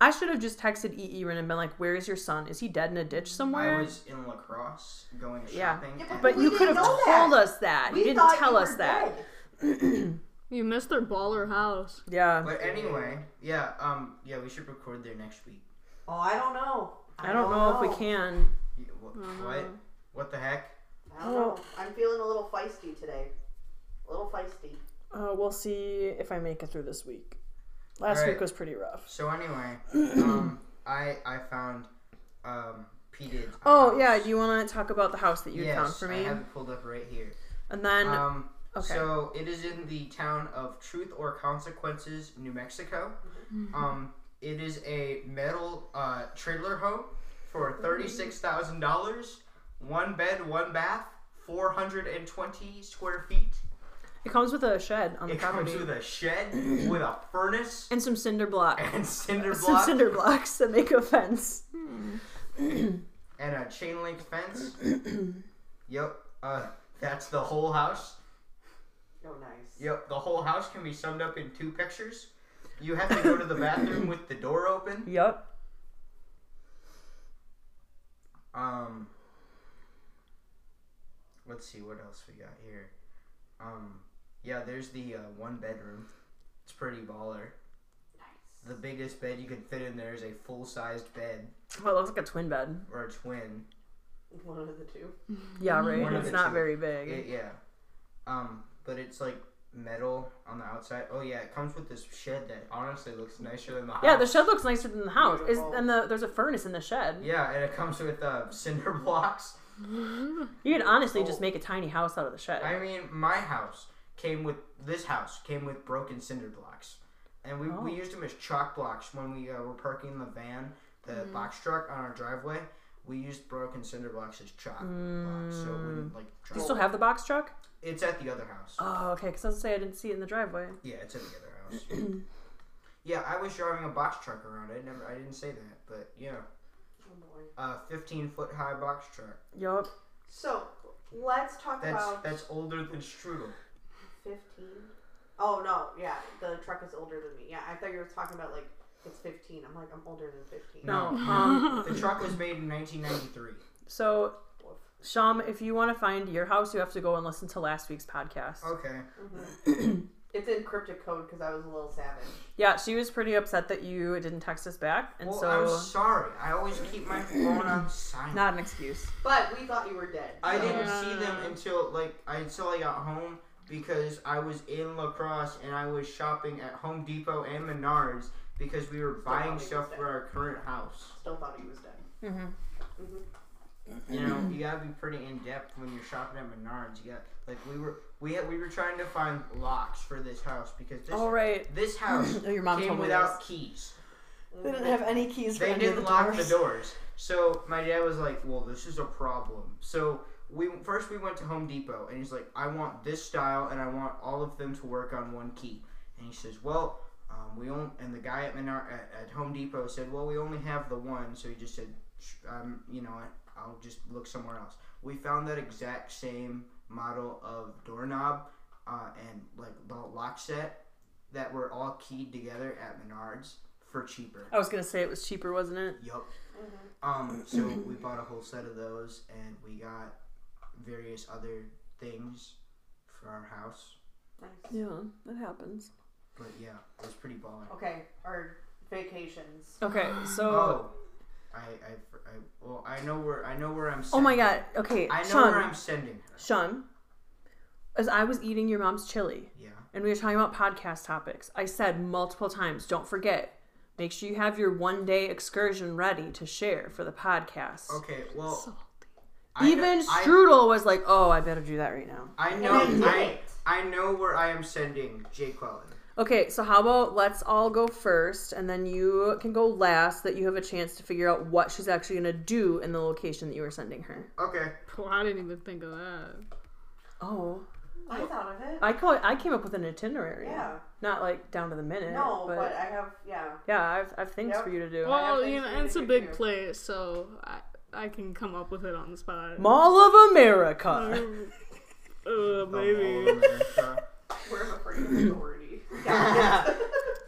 D: I should have just texted E. Ren and been like, "Where is your son? Is he dead in a ditch somewhere?"
C: I was in lacrosse going
D: Yeah.
C: shopping.
G: Yeah, but
C: and-
D: but
G: We
D: you could
G: didn't
D: have
G: know
D: told
G: that.
D: us that.
G: We
D: you didn't
G: thought
D: tell
G: you
D: us
G: were
D: that.
G: dead.
F: you missed their baller house.
D: Yeah,
C: but anyway, yeah, um, yeah, we should record there next week.
G: Oh, I don't know.
D: I don't know if we can.
C: You- wh-
D: Uh-huh.
C: What? What the heck?
G: I don't know. I'm feeling a little feisty today. A little feisty.
D: Uh, we'll see if I make it through this week. Last
C: All right.
D: week was pretty rough.
C: So anyway, um, I I found um P did.
D: Oh yeah, do you want to talk about the house that you
C: yes,
D: found for
C: I
D: me?
C: have it pulled up right here.
D: And then
C: Um,
D: okay.
C: so it is in the town of Truth or Consequences, New Mexico.
D: Mm-hmm.
C: Um, it is a metal uh, trailer home for thirty-six thousand dollars, one bed, one bath, four hundred and twenty square feet.
D: it comes with a shed on the
C: It
D: property
C: comes with a shed with a furnace
D: and some cinder block.
C: and cinder
D: some
C: blocks
D: cinder blocks that make a fence.
C: and a chain link fence. yep, uh, that's the whole house.
G: Oh, nice.
C: Yep, the whole house can be summed up in two pictures. You have to go to the bathroom with the door open.
D: Yep.
C: Um, let's see what else we got here. Um, yeah, there's the uh, one bedroom. It's pretty baller. The biggest bed you can fit in there is a full sized bed
D: Well, Oh, it looks like a twin bed.
C: or a twin.
G: One of the two.
D: Yeah,
C: Mm-hmm. One
D: right.
C: of
D: It's
C: the
D: not
C: two.
D: very big.
C: It, yeah. Um, but it's like metal on the outside. Oh yeah, it comes with this shed that honestly looks nicer than the house.
D: yeah, the shed looks nicer than the house. Is
G: Beautiful.
D: and the there's a furnace in the shed.
C: Yeah, and it comes with uh, cinder blocks.
D: You could honestly
C: Oh.
D: just make a tiny house out of the shed.
C: I mean, my house came with this house came with broken cinder blocks, and we,
D: Oh.
C: we used them as chalk blocks when we uh, were parking the van, the
D: Mm-hmm.
C: box truck on our driveway. We used broken cinder blocks as chalk blocks, so it wouldn't like.
D: Do you
C: Chalk.
D: Mm. still have the box truck?
C: it's at the other house.
D: Oh, okay. Because I was gonna say I didn't see it in the driveway.
C: Yeah, it's at the other house. yeah, I was driving a box truck around. I never, I didn't say that, but yeah,
G: Oh, boy.
C: a 15 foot high box truck.
D: Yup.
G: So, let's talk
C: That's
G: about
C: that's older than strudel.
G: 15. Oh, no. Yeah. The truck is older than me. Yeah. I thought you were talking about, like, it's 15. I'm like, I'm older than 15.
D: No. Um,
C: The truck was made in 1993.
D: so, Sham, if you want to find your house, you have to go and listen to last week's podcast.
C: Okay.
B: It's in cryptic code because I was a little savage.
D: Yeah, she was pretty upset that you didn't text us back, and
C: well, I'm
D: so
C: sorry. I always keep my phone on silent.
D: not an excuse.
B: But we thought you were dead.
C: I
B: so-
C: didn't see them until like I until I got home because I was in Lacrosse and I was shopping at Home Depot and Menards because we were buying stuff for our current house.
B: Still thought he was dead.
C: You know, you gotta be pretty in depth when you're shopping at Menards. You got like we were we had, we were trying to find locks for this house because this
D: All right.
C: this house
D: Oh, your mom
C: came
D: told me
C: without keys.
H: They didn't have any keys for
C: They
H: any of
C: didn't
H: the
C: lock
H: doors.
C: the doors. So my dad was like, "Well, this is a problem." So we first we went to Home Depot, and he's like, "I want this style, and I want all of them to work on one key." And he says, "Well, um, we only." And the guy at, Menard, at at Home Depot said, "Well, we only have the one." So he just said, "Sh- um, "You know, what? I'll just look somewhere else." We found that exact same model of doorknob uh, and like the lock set that were all keyed together at Menards for cheaper.
D: I was gonna say it was cheaper, wasn't it?
C: Yup. Um, so
D: Mm-hmm.
C: we bought a whole set of those, and we got various other things for our house.
D: Yeah, that happens.
C: But yeah, it was pretty baller.
B: Okay, our vacations.
D: Okay, so
C: Oh, I, I, I, well, I know where I know where I'm.
D: oh
C: Sending.
D: my god. Okay,
C: I know where
D: Sean,
C: I'm sending her.
D: Sean, as I was eating your mom's chili,
C: Yeah.
D: and we were talking about podcast topics, I said multiple times, don't forget, make sure you have your one day excursion ready to share for the podcast.
C: Okay. Well, I kn-
D: Even
C: I-
D: Strudel was like, oh, I better do that right now.
C: I know. I, I know where I am sending Jay Quellen.
D: Okay, so how about let's all go first, and then you can go last, that you have a chance to figure out what she's actually going to do in the location that you are sending her.
C: Okay.
F: Well, I didn't even think of that.
D: Oh.
B: I thought of it.
D: I call it, I came up with an itinerary.
B: Yeah.
D: Not like down to the minute.
B: No,
D: but,
B: but,
C: uh,
B: I have yeah.
D: yeah, I've, I've things
B: Yep.
D: for you to do.
F: Well,
B: things
F: you
B: for
F: know,
B: you to
F: it's a
B: do,
F: big
B: too.
F: place, so I I can come up with it on the spot.
D: Mall of America.
F: Uh,
C: The
F: Um, maybe.
C: whole America.
B: We're afraid of authority.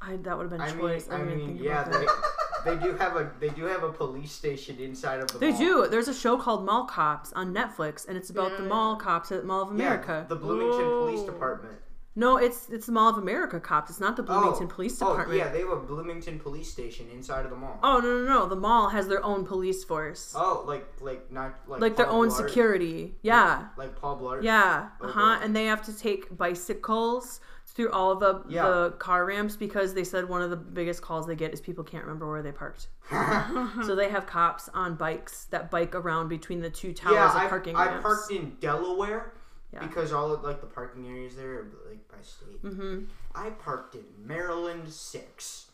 D: I, that would have been
C: I mean,
D: choice.
C: I
D: didn't even
C: mean,
D: think
C: yeah.
D: about that.
C: They, they do have a they do have a police station inside of the.
D: They
C: mall.
D: do. There's a show called Mall Cops on Netflix, and it's about the
F: Yeah.
D: mall cops at Mall of America.
C: Mm. Yeah, the Bloomington Police
F: Ooh.
C: Department.
D: no, it's it's the Mall of America cops. It's not the Bloomington Police Department.
C: Oh, yeah, they have a Bloomington Police Station inside of the mall.
D: Oh no no no! The mall has their own police force,
C: Oh, like like not like
D: like their
C: Paul
D: own
C: Blart.
D: security. Yeah,
C: Like Paul Blart.
D: yeah,
C: Oh,
D: uh huh.
C: boy.
D: And they have to take bicycles through all the
C: Yeah.
D: the car ramps because they said one of the biggest calls they get is people can't remember where they parked.
C: Uh-huh.
D: so they have cops on bikes that bike around between the two towers
C: Yeah,
D: of
C: I,
D: parking
C: I
D: ramps.
C: parked in Delaware
D: Yeah.
C: because all of like the parking areas there are like by state. Mm-hmm. I parked in Maryland six.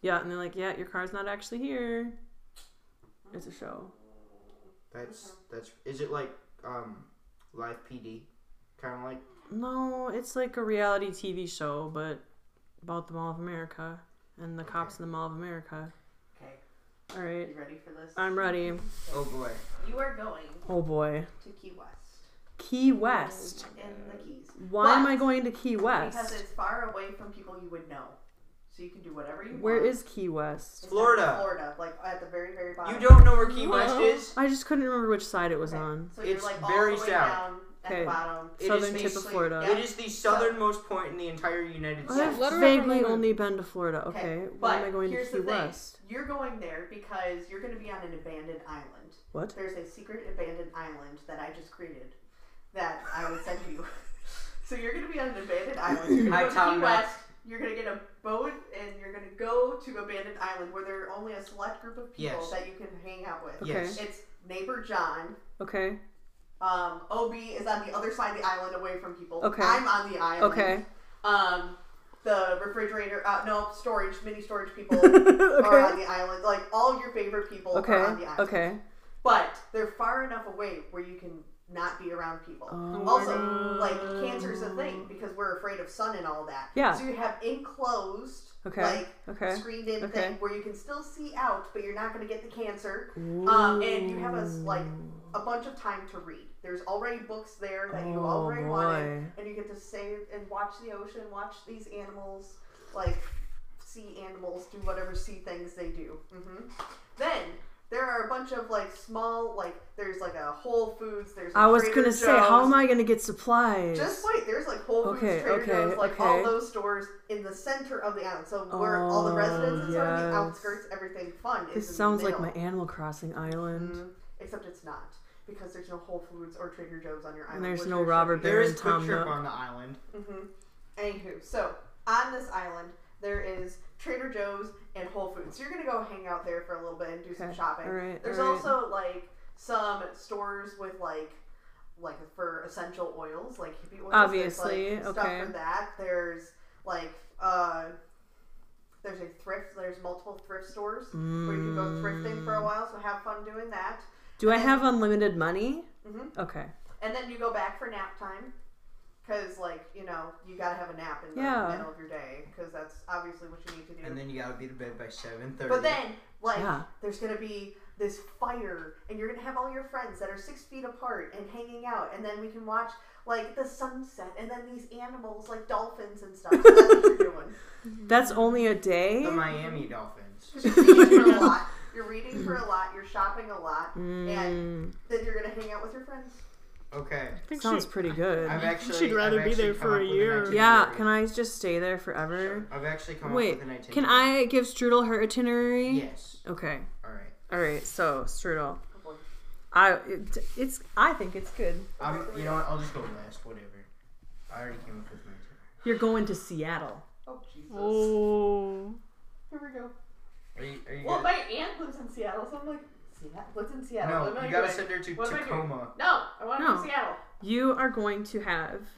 D: Yeah, and they're like, yeah, your car's not actually here. It's a show.
C: That's that's is it like um live PD, kind of like
D: No, it's like a reality TV show, but about the Mall of America and the cops in the Mall of America.
B: Okay,
D: All right,
B: you ready for this?
D: I'm ready.
C: oh boy.
B: You are going
D: Oh boy,
B: to Key West
D: Key West.
B: in the Keys.
D: Why am I going to Key
B: Because
D: West?
B: it's far away from people you would know, so you can do whatever you want.
D: Where is Key
B: It's
D: West?
B: down in
C: Florida.
B: Florida, like at the very very bottom.
C: You don't know where Key West is?
D: I just couldn't remember which side it was
B: Okay,
D: on.
B: So you're
C: It's
B: like
C: very
B: all the way
C: south.
B: down at
D: Okay.
B: the bottom.
C: It is
D: Southern tip of
C: basically-
D: Florida.
B: yeah. Oh,
C: It is the southernmost point in the entire United
D: Well,
C: States.
D: I've
F: Let her have her
D: vaguely
F: moment.
D: only been to Florida. Okay, why am I going to
B: here's
D: Key
B: the thing.
D: West?
B: You're going there because you're going to be on an abandoned island.
D: What?
B: There's a secret abandoned island that I just created that I would send you. so you're going to be on an abandoned island. You're
C: Hi,
B: going to go to
C: Tom
B: Key
C: Mac.
B: West. You're going to get a boat and you're going to go to abandoned island where there are only a select group of people
C: Yes.
B: that you can hang out with.
D: Okay.
C: Yes.
B: It's neighbor John.
D: Okay,
B: Um, Ob is on the other side of the island, away from people.
D: Okay.
B: I'm on the island.
D: okay,
B: Um, the refrigerator, uh, no storage, mini storage people
D: Okay.
B: are on the island. Like all your favorite people are on
D: okay,
B: the island.
D: okay.
B: But they're far enough away where you can not be around people.
D: Oh.
B: also, like cancer's a thing because we're afraid of sun and all that.
D: Yeah.
B: So you have enclosed,
D: Okay,
B: like
D: okay,
B: screened in
D: okay.
B: thing where you can still see out, but you're not going to get the cancer. Um, and you have a s- like a bunch of time to read. There's already books there that you
D: Oh,
B: already wanted,
D: boy.
B: and you get to say and watch the ocean, watch these animals, like see animals do whatever sea things they do. hmm Mm-hmm. Then there are a bunch of like small like there's like a Whole Foods. There's
D: I was
B: Trader
D: gonna say, how
B: Joe's.
D: am I gonna get supplies?
B: Just wait, there's like Whole Foods,
D: Okay,
B: Trader
D: okay,
B: Joe's, like all
D: okay.
B: those stores in the center of the island. So where all the
D: Oh,
B: residences are, the
D: yes.
B: outskirts, everything fun is.
D: this
B: in the
D: sounds like
B: middle.
D: my Animal Crossing island,
B: Mhm. Except it's not because there's no Whole Foods or Trader Joe's on your island.
D: and there's
B: which
D: no
B: there should
D: Robert
B: be.
C: There
D: Bear
C: is
D: and
C: Quick
D: Tom
C: Trip
D: Nook.
C: on the island.
B: Mhm. Anywho, so on this island there is Trader Joe's and Whole Foods. So you're gonna go hang out there for a little bit and do some
D: Okay,
B: shopping.
D: all right,
B: There's
D: all right.
B: also like some stores with like like for essential oils, like hippie oils. There's, like,
D: Obviously,
B: Stuff
D: okay.
B: for that. There's like uh there's a thrift there's multiple thrift stores where you can go thrifting
D: Mm.
B: for a while, so have fun doing that.
D: Do I have unlimited money?
B: Mhm.
D: Okay.
B: And then you go back for nap time. Because, like, you know, you gotta have a nap in the
D: Yeah.
B: middle of your day. Because that's obviously what you need to do.
C: And then you gotta be to bed by seven thirty.
B: but then, like,
D: Yeah.
B: there's gonna be this fire, and you're gonna have all your friends that are six feet apart and hanging out. And then we can watch, like, the sunset, and then these animals, like dolphins and stuff. So that's what you're doing.
D: That's only a day.
C: the Miami Dolphins.
B: 'Cause you're reading for a lot. You're reading for a lot. You're shopping a lot. And
D: Mm,
B: then you're gonna hang out with your friends.
C: Okay.
F: I think
D: sounds
F: she-
D: pretty good.
C: I've actually.
F: she'd rather
C: I've
F: be
C: actually
F: there
C: come
F: for
C: up
F: a
C: with an
F: year.
C: itinerary.
D: Yeah. Can I just stay there forever?
C: I've actually come
D: Wait.
C: up with an itinerary.
D: Can I give Strudel her itinerary?
C: Yes.
D: Okay.
C: All right.
D: All right. So Strudel,
B: boy.
D: I it, it's I think it's good.
C: Um, you know what? I'll just go last. Whatever. I already came up with my itinerary.
D: You're going to Seattle.
B: Oh, Jesus.
F: Oh.
B: Here we go.
C: Are you? Are you
B: Well,
C: good?
B: my aunt lives in Seattle, so I'm like, Seattle? What's in Seattle? What am
C: No,
B: I
C: you gotta
B: doing?
C: send her to
B: What am I doing?
C: Tacoma.
B: No, I want to go
D: No.
B: to Seattle.
D: You are going to have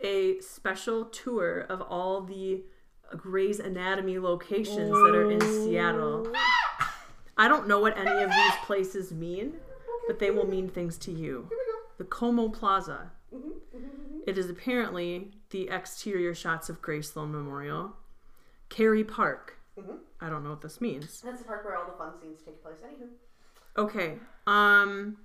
D: a special tour of all the Grey's Anatomy locations that are in Seattle. I don't know what any of these places mean, but they will mean things to you. The Como Plaza. It is apparently the exterior shots of Grace Sloan Memorial. Cary Park. I don't know what this means.
B: That's the park where all the fun scenes take place. Anywho,
D: Okay. Um,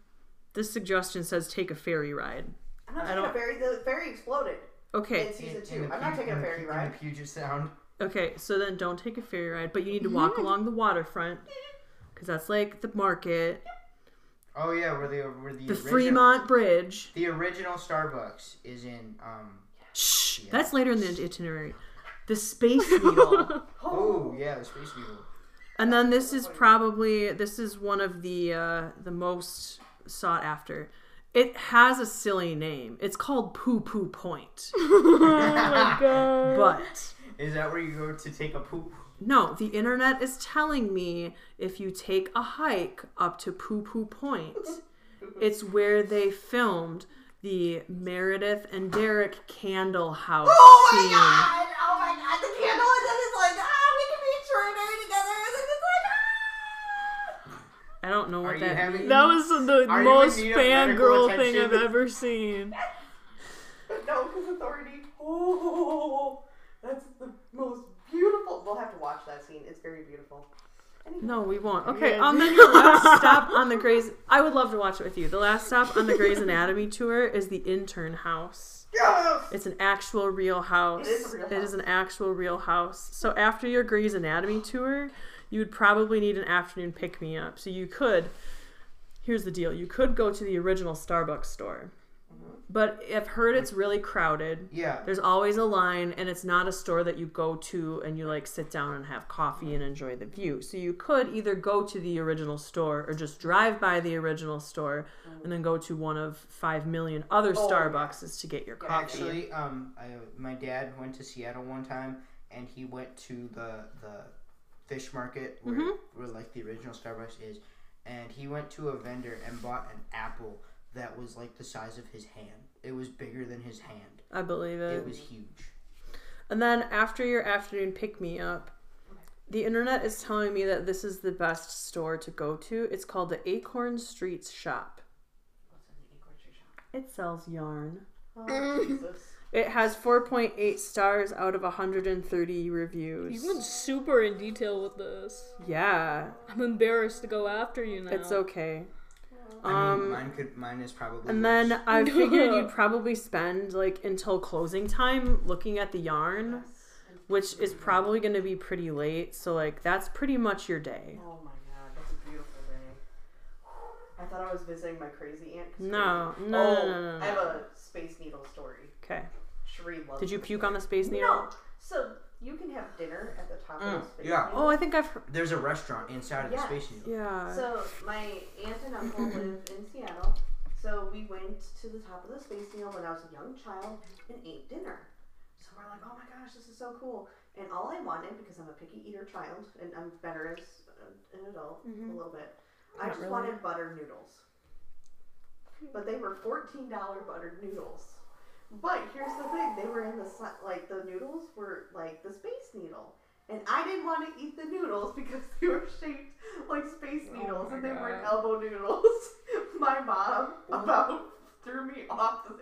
D: this suggestion says take a ferry ride.
B: I'm not
D: I
B: taking a
D: don't-
B: ferry. The ferry exploded in
D: Okay.
B: season
C: In-
B: two.
C: in the
B: I'm not
C: Pu-
B: taking a
C: in the
B: ferry
C: Pu- In
B: ride.
C: the Puget Sound.
D: Okay. So then don't take a ferry ride, but you need to walk along the waterfront because that's like the market,
C: Oh yeah, where the where the,
D: the
C: original,
D: Fremont Bridge.
C: The original Starbucks is in um.
D: Shh.
C: Yeah.
D: That's later in the itinerary. The Space Needle.
C: Oh yeah, the Space Needle.
D: and then this is probably this is one of the uh, the most sought after. It has a silly name. It's called Poo Poo Point. But
C: Is that where you go to take a poop?
D: No, the internet is telling me if you take a hike up to Poo Poo Point, it's where they filmed the Meredith and Derek candle house
C: Oh
D: scene.
B: God! Oh my God! The candle and then it's like, ah, we can be extraordinary together. And then it's like,
D: I don't know
C: Are
D: what
C: you
D: that
C: having?
D: means.
F: That was the
C: Are you in
F: most
C: need of medical
F: fangirl thing I've
C: attention?
F: ever seen.
B: ah! No, because authority. Oh, that's the most beautiful. We'll have to watch that scene. It's very beautiful.
D: No, we won't. Okay,
F: Yeah.
D: on the last stop on the Grey's, I would love to watch it with you. The last stop on the Grey's Anatomy tour is the intern house.
B: Yes.
D: It's an actual real house.
B: It is a real
D: It is an actual real house. So after your Grey's Anatomy tour, you would probably need an afternoon pick me up. So you could. Here's the deal: you could go to the original Starbucks store,
B: Mm-hmm.
D: but I've heard it's really crowded.
C: Yeah.
D: There's always a line, and it's not a store that you go to and you like sit down and have coffee and enjoy the view. So you could either go to the original store or just drive by the original store and then go to one of five million other
B: Mm-hmm. Oh, yeah.
D: Starbuckses to get your coffee.
C: Actually, um, I, my dad went to Seattle one time, and he went to the the fish market where,
D: Mm-hmm.
C: where like the original Starbucks is, and he went to a vendor and bought an apple that was like the size of his hand. It was bigger than his hand.
D: I believe it.
C: It was huge.
D: and then after your afternoon pick me up, the internet is telling me that this is the best store to go to. It's called the Acorn Streets Shop. It sells yarn.
B: Oh, Jesus.
D: It has 4.8 stars out of 130 reviews.
F: You went super in detail with this.
D: Yeah,
F: I'm embarrassed to go after you now.
D: it's okay.
C: I
D: Um,
C: mean, mine could mine is probably.
D: And
C: worse.
D: then I figured you'd probably spend like until closing time looking at the yarn, which is probably going to be pretty late. So like that's pretty much your day.
B: Oh my God! That's a beautiful day. I thought I was visiting my crazy aunt. 'cause
D: No,
B: crazy-
D: no,
B: oh,
D: no, no, no,
B: I have a space needle story.
D: Okay.
B: Sheree loves
D: Did you
B: this
D: puke on the space needle?
B: No. So you can have dinner at the top of the
C: Mm,
B: space
C: yeah.
B: needle.
D: Oh, I think I've heard.
C: There's a restaurant inside of the
B: Yes.
C: space needle.
D: Yeah.
B: So my aunt and uncle live in Seattle. So we went to the top of the Space Needle when I was a young child and ate dinner. So we're like, oh my gosh, this is so cool. And all I wanted, because I'm a picky eater child and I'm better as a- an adult
D: Mm-hmm.
B: a little bit, I
D: Not
B: just
D: really.
B: wanted butter noodles. But they were $14 buttered noodles. But here's the thing, they were in the sun, like the noodles were like the Space Needle. And I didn't want to eat the noodles because they were shaped like space
D: Oh
B: needles and they weren't elbow noodles. My mom about threw me off the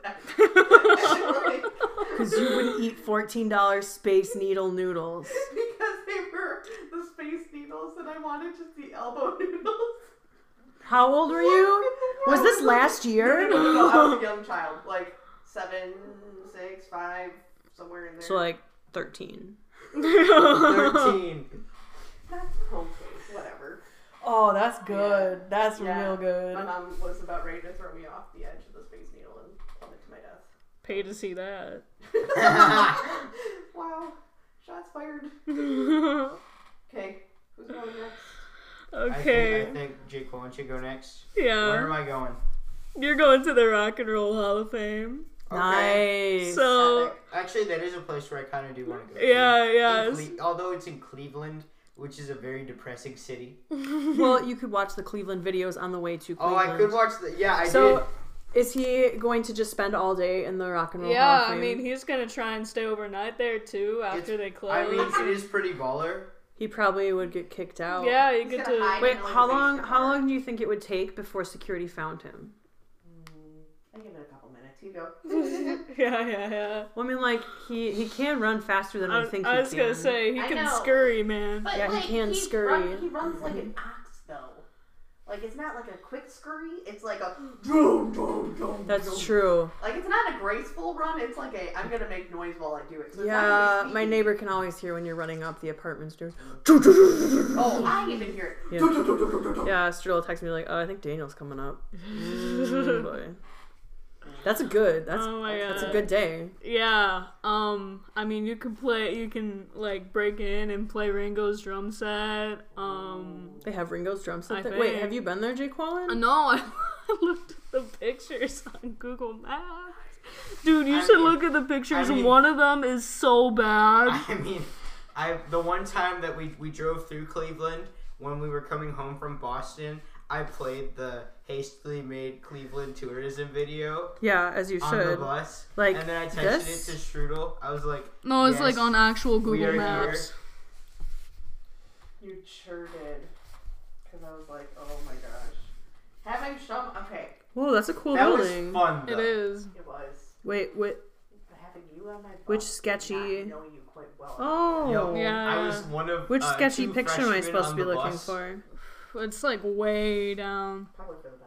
B: like,
D: Because you would eat fourteen dollars space needle noodles.
B: because they were the space needles and I wanted just the elbow noodles.
D: How old were you? Was this last
B: No,
D: year?
B: no, no, I was a young child, like seven, six, five, somewhere in there.
D: So like thirteen.
C: Thirteen.
B: that's okay, whatever.
H: Oh, that's good. That's
B: Yeah.
H: real good.
B: My mom was about ready to throw me off the edge of the space needle and plummet to my death.
F: Pay to see that.
B: wow. Shots fired. Okay. Who's going next?
F: okay. Uh-huh.
C: I think, I think Jake Cullen should go next. Where
F: yeah.
C: am I going?
F: You're going to the Rock and Roll Hall of Fame.
D: Nice.
F: So,
C: Actually, that is a place where I kind of do want to go. to.
F: yeah, yeah.
C: In Cle- although it's in Cleveland, which is a very depressing city.
D: well, you could watch the Cleveland videos on the way to
C: Oh,
D: Cleveland.
C: I could watch the. Yeah, I
D: So, is he going to just spend all day in the Rock and Roll Hall
F: Yeah,
D: of
F: I
D: Fame?
F: mean, he's gonna try and stay overnight there too after they
C: did.
F: close.
C: I mean, it is pretty baller.
D: he probably would get kicked out.
F: yeah, you
B: He's
F: get
B: gonna
F: to.
B: hide.
D: Wait,
B: know
D: how
B: the
D: long?
B: basement
D: How
B: bar.
D: long do you think it would take before security found him?
B: I give it a couple minutes. You go.
F: Yeah, yeah, yeah.
D: Well, I mean, like he he can run faster than I,
F: I,
D: think.
F: I
D: he
F: was
D: can.
F: gonna say he
B: I
F: can
B: know.
F: scurry, man.
B: but
D: Yeah, he can
B: he's
D: scurry.
B: run- he runs like an ox, though. Like, it's not like a quick scurry. It's like a. Dum, dum, dum, dum.
D: That's true.
B: Like, it's not a graceful run. It's like a. I'm going to make noise while I do it. So it's not
D: Yeah,
B: gonna be
D: my
B: speedy.
D: neighbor can always hear when you're running up the apartment stairs.
B: Oh, I even hear it.
D: Yeah, Strudel will text me like, "Oh, I think Daniel's coming up." Mm, boy. That's a good. That's
F: Oh my
D: that's a
F: God.
D: good day.
F: Yeah. Um. I mean, you can play. You can like break in and play Ringo's drum set. Um.
D: They have Ringo's drum
F: I
D: set. there. Wait,
F: think.
D: have you been there, Jake
B: Oh.
D: Wallen?
F: No, I looked at the pictures on Google Maps. Dude, you
C: I
F: should
C: mean-
F: look at the pictures.
C: mean-
F: One of them is so bad.
C: I mean, I the one time that we we drove through Cleveland when we were coming home from Boston, I played the hastily made Cleveland tourism video
D: Yeah, as you
C: on the
D: should.
C: bus,
D: Like
C: and then I texted
D: this?
C: it to Strudel. I was like,
F: No, it's like
C: "Yes,
F: on actual
C: we
F: Google
C: are
F: Maps.
C: here."
B: You sure did. Because I was like, oh my gosh. Having some. Okay,
D: Whoa, that's a cool
C: That was
D: building.
C: fun. Though.
F: It is.
B: it was.
D: Wait, wait.
B: But having you on my bus.
D: Which
B: did not
D: sketchy-
B: know you quite well.
D: Oh.
C: Yo,
F: Yeah.
C: I was one of
D: Which
C: uh,
D: sketchy
C: two
D: picture am I
C: freshmen
D: supposed to
C: on
D: be
C: the
D: looking
C: bus.
D: for?
F: It's like way down.
B: Probably feel better.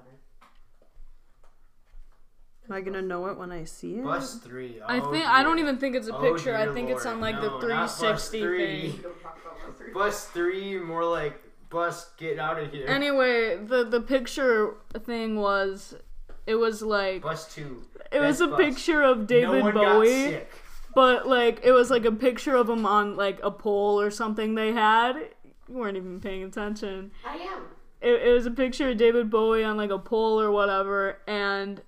D: Am I gonna know it when I see it?
C: Bus three.
F: I
C: oh
F: think I don't
C: dear.
F: even think it's a
C: Oh,
F: picture. I
C: dear
F: think it's
C: Lord.
F: on like
C: No,
F: the
C: not bus
F: 360
C: three.
F: thing.
B: Don't talk about my
C: Bus three, more like bus, get out of here.
F: Anyway, the the picture thing was it was like
C: bus two.
F: it was
C: best
F: a
C: bus.
F: picture of David
C: no one Got
F: Bowie,
C: sick.
F: but like it was like a picture of him on like a pole or something they had. You weren't even paying attention.
B: I am.
F: It, it was a picture of David Bowie on like a pole or whatever, and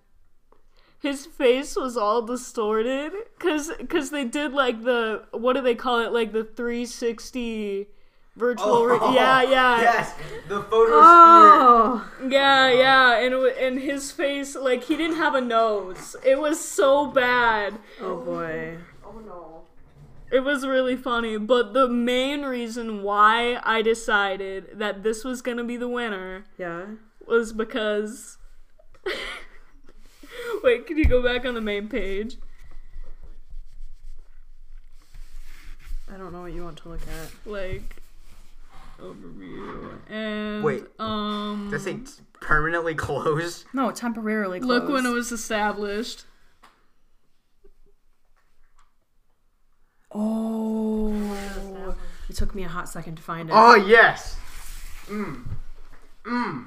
F: his face was all distorted because cause they did like the what do they call it like the 360 virtual
C: Oh.
F: re- yeah yeah
C: Yes, the photosphere.
D: Oh,
F: Yeah, yeah, and it wa- and his face like he didn't have a nose. It was so bad.
D: oh boy.
B: Oh no.
F: It was really funny, but the main reason why I decided that this was going to be the winner
D: Yeah.
F: was because Wait, can you go back on the main page?
D: I don't know what you want to look at.
F: Like overview and
C: Wait.
F: um
C: Does it permanently closed?
D: No, temporarily closed.
F: look when it was established.
D: Oh. It took me a hot Oh. second to find it.
C: Oh yes. Mm. Mm.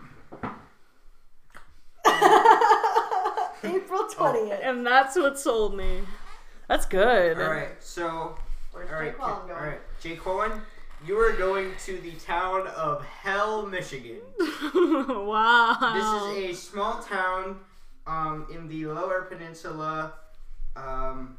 H: April 20th.
F: And that's what sold me.
D: That's good.
C: All right, so
B: Where's
C: all right,
B: Jake Quallen
C: all
B: going?
C: right, Jay Cohen, you are going to the town of Hell, Michigan.
F: wow.
C: This
B: Oh.
C: is a small town um, in the Lower Peninsula. Um,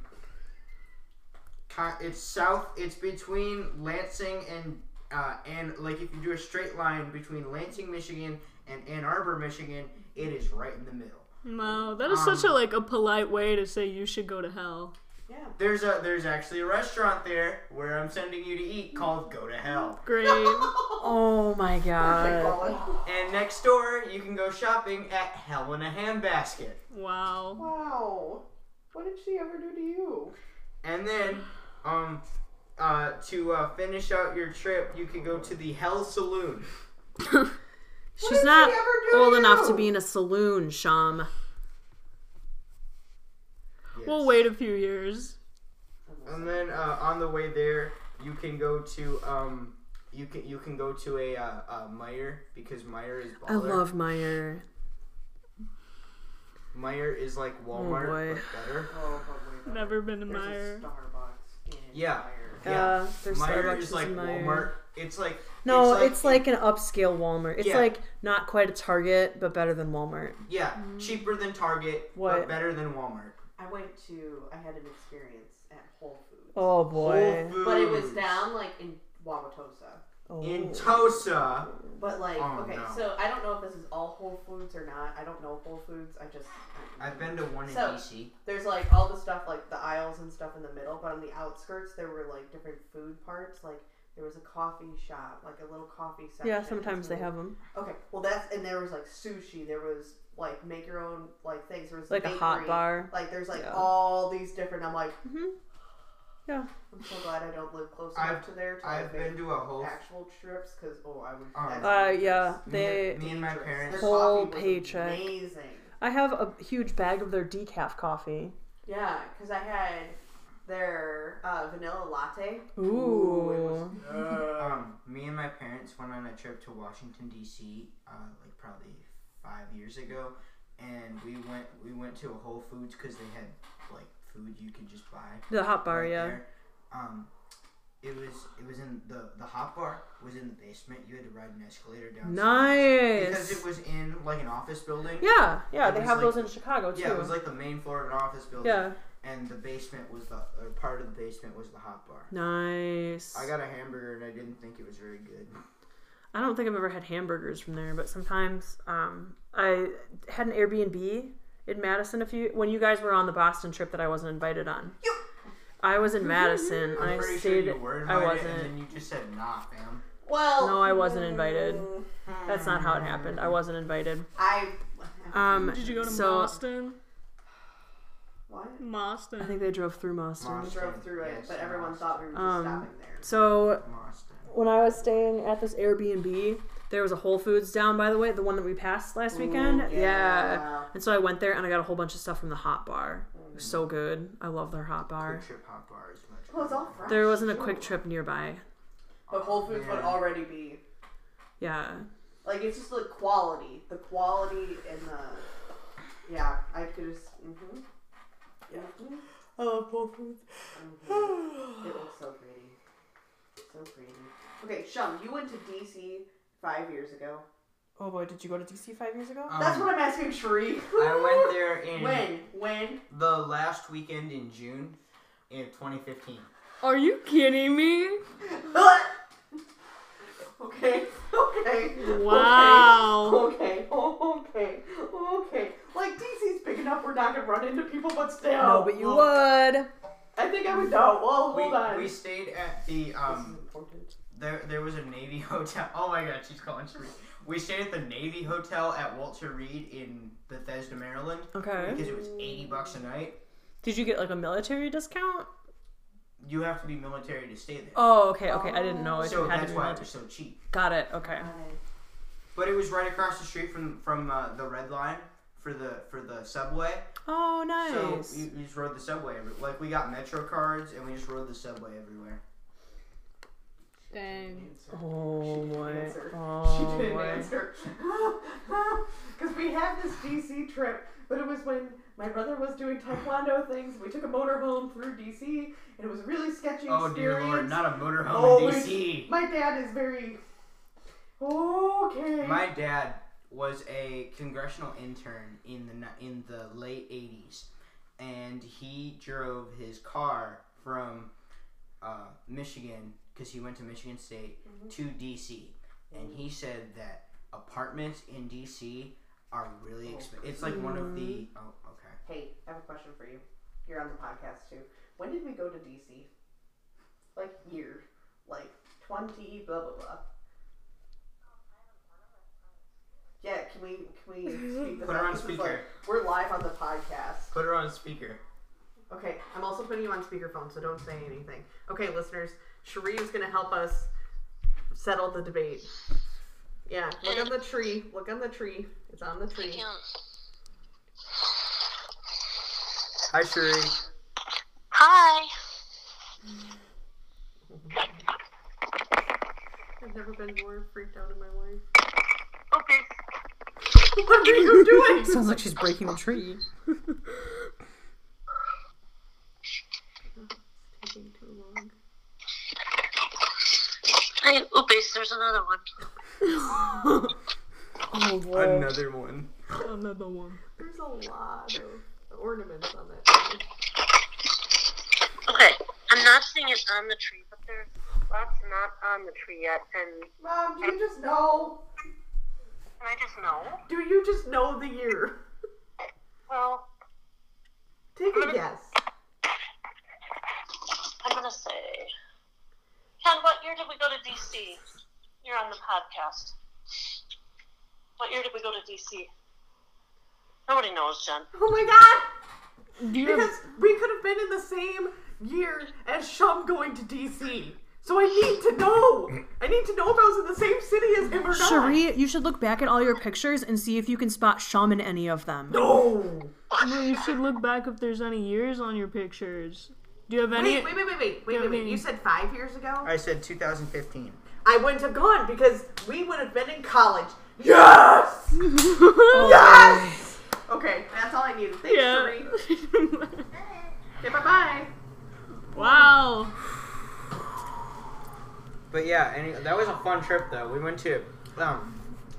C: ki- it's south. It's between Lansing and uh, and like if you do a straight line between Lansing, Michigan, and Ann Arbor, Michigan, it is right in the middle.
F: Wow, that is such a like a polite way to say you should go to hell.
C: There's a there's actually a restaurant there where I'm sending you to eat called Go to Hell.
F: Great.
D: Oh my god.
C: And next door, you can go shopping at Hell in a Handbasket.
F: wow.
B: Wow. What did she ever do to you?
C: And then, um, uh, to uh, finish out your trip, you can go to the Hell Saloon.
D: She's not
B: ever do
D: old
B: to
D: enough to
B: you?
D: be in a saloon, Sham.
F: We'll wait a few years.
B: Oh,
C: And then uh, on the way there, you can go to um, you can you can go to a uh, uh, Meyer because Meyer is baller.
D: I love Meyer.
C: Meyer is like Walmart
D: Oh, boy.
C: but better.
B: Oh, probably
F: Never been to
B: not. There's
F: Meyer.
B: a Starbucks in
C: Yeah.
B: Meyer.
C: Yeah.
D: Uh, there's
C: Meyer
D: Starbucks
C: is like
D: in Meijer.
C: Walmart. It's like
D: No, it's like, an upscale Walmart. It's
C: Yeah.
D: like not quite a Target, but better than Walmart.
C: yeah, cheaper than Target, but
D: What?
C: better than Walmart.
B: I went to, I had an experience at Whole Foods.
C: Whole
D: Oh boy.
C: Foods
B: But it was down like in Wauwatosa.
D: Oh.
C: in Tosa.
B: But like,
C: Oh,
B: okay,
C: no.
B: so I don't know if this is all Whole Foods or not. I don't know Whole Foods. I just I
C: I've been to one in
B: So-
C: DC.
B: There's like all the stuff like the aisles and stuff in the middle, but on the outskirts there were like different food parts. Like there was a coffee shop, like a little coffee section.
D: Yeah, sometimes they
B: So-
D: have them.
B: Okay, well that's and there was like sushi. There was like make your own like things. There was
D: Like a hot
B: bakery.
D: bar.
B: Like there's like
D: Yeah.
B: all these different. I'm like,
D: Mhm. Yeah.
B: I'm so glad I don't live close
C: I've-
B: enough to there to
C: I've
B: like, make
C: been to a whole.
B: actual trips because oh I would.
C: Um,
B: that's
D: Uh,
B: dangerous.
D: yeah.
C: Me,
D: They.
C: me and my
B: Dangerous.
C: parents.
B: Their
D: Whole
B: coffee was
D: paycheck.
B: Amazing.
D: I have a huge bag of their decaf coffee.
B: Yeah, because I had their uh, vanilla latte.
D: Ooh.
C: Um, me and my parents went on a trip to Washington D.C. Uh, like probably five years ago, and we went we went to a Whole Foods because they had like food you could just buy.
D: The hot bar,
C: right
D: yeah.
C: there. Um, it was it was in the the hot bar was in the basement. You had to ride an escalator down. Because
D: Nice.
C: it was in like an office building.
D: Yeah, yeah,
C: It
D: they
C: was
D: have
C: like-
D: those in Chicago too.
C: Yeah, it was like the main floor of an office building.
D: Yeah.
C: And the basement was the or part of the basement was the hot bar.
D: Nice.
C: I got a hamburger and I didn't think it was very good.
D: I don't think I've ever had hamburgers from there, but sometimes um, I had an Airbnb in Madison a few when you guys were on the Boston trip that I wasn't invited on. I was in Madison.
C: I'm
D: I
C: pretty
D: stayed.
C: sure you were
D: I
C: invited, and
D: wasn't.
C: then you just said nah, fam.
B: Well, hmm.
D: No, I wasn't invited. That's not how it happened. I wasn't invited.
B: I
D: Um,
F: Did you go to
D: so,
F: Boston?
B: what?
D: Um, I
F: Boston.
D: think they drove through Boston.
C: Monster.
B: drove through it,
C: Yes,
B: but everyone
C: monster.
B: thought we were just
D: Um,
B: stopping there.
D: So
C: Monster.
D: when I was staying at this Airbnb, there was a Whole Foods down by the way, the one that we passed last weekend. yeah. And so I went there and I got a whole bunch of stuff from the hot bar. It was so good. I love their hot bar.
C: Quick Trip hot bar is much.
B: Well, it's all
C: better.
B: fresh.
D: There wasn't a quick trip nearby.
B: But Whole Foods would
C: Man.
B: already be
D: Yeah.
B: like it's just the quality, the quality and the yeah. I could just mm-hmm. yeah.
H: I love Whole Foods.
B: Mhm. it looks so pretty, so pretty. Okay, Shum, you went to DC five years ago.
H: Oh boy, did you go to DC five years ago?
C: Um,
B: That's what I'm asking, Shree.
C: I went there in
B: When? When?
C: the last weekend in June, in 2015.
F: Are you kidding me?
B: okay. Okay.
F: Wow.
B: Okay. Oh, okay. Okay. Like DC's big enough, we're not gonna run into people, but still.
D: no, but you would.
B: I think I would know. Well,
D: Oh
B: hold
C: We,
B: on.
C: we stayed at the um. There, there was a Navy hotel. Oh my God, she's calling Sheree. We stayed at the Navy hotel at Walter Reed in Bethesda, Maryland,
D: Okay.
C: because it was 80 bucks a night.
D: Did you get like a military discount?
C: You have to be military to stay there.
D: Oh, okay, okay. I didn't know it
C: so
D: had to
C: that's
D: be
C: why it
D: military.
C: was so cheap.
D: Got it. Okay.
B: Uh,
C: But it was right across the street from from uh, the red line for the for the subway.
D: Oh,
C: So
D: nice.
C: we, we just rode the subway. Every, like we got metro cards and we just rode the subway everywhere.
F: Dang.
D: Oh my.
B: answer.
D: Oh
B: she didn't
D: my.
B: answer. Because we had this DC trip, but it was when my brother was doing taekwondo things. We took a motorhome through DC, and it was a really sketchy
C: Oh dear
B: experience.
C: lord, not a motorhome
B: Oh,
C: in
B: we-
C: DC.
B: my dad is very okay.
C: My dad was a congressional intern in the ni- in the late '80s, and he drove his car from uh, Michigan because he went to Michigan State to DC, and he said that apartments in DC are really expensive. It's like one of the oh okay.
B: hey, I have a question for you. You're on the podcast too. When did we go to DC? Like year, like twenty, blah blah blah. Yeah, can we can we speak this
C: Put her
B: up?
C: on
B: This is
C: speaker.
B: like- we're live on the podcast.
C: Put her on speaker.
G: Okay, I'm also putting you on speakerphone, so don't say anything. Okay, listeners, Sheree's gonna help us settle the debate. Yeah, look on the tree. Look on the tree. It's on the tree.
C: Hi Shuri.
J: Hi.
G: I've never been more freaked out in my life.
J: Okay.
G: What are you doing?
D: Sounds like she's breaking a tree.
G: Taking too long.
J: Hey, oops, oh, there's another one.
D: Oh boy.
C: Another one.
F: Another one.
G: There's a lot of ornaments on that tree.
J: Okay. I'm not seeing it on the tree, but there's lots not on the tree yet. And
B: Mom, do you just know?
J: and I just know.
G: Do you just know the year?
J: Well,
G: Take a guess.
J: I'm gonna say. Ken, what year did we go to DC? You're on the podcast. What year did we go to DC? Nobody knows, Jen.
G: Oh my god!
F: Do you have,
G: Because we could have been in the same year as Shum going to DC. So I need to know. I need to know if I was in the same city as him or not.
D: Cherie, you should look back at all your pictures and see if you can spot Shum in any of them.
G: No.
F: well, you should look back if there's any years on your pictures. Do you have any?
G: Wait, wait, wait, wait, wait, wait, wait, wait. You said five years ago?
C: I said 2015.
G: I wouldn't have gone because we would have been in college. Yes!
B: Oh.
G: Yes! Okay, that's all I needed. Thanks,
F: Yeah.
G: Cherie. Okay, bye-bye.
F: wow.
C: But yeah, any, that was a fun trip though. We went to um,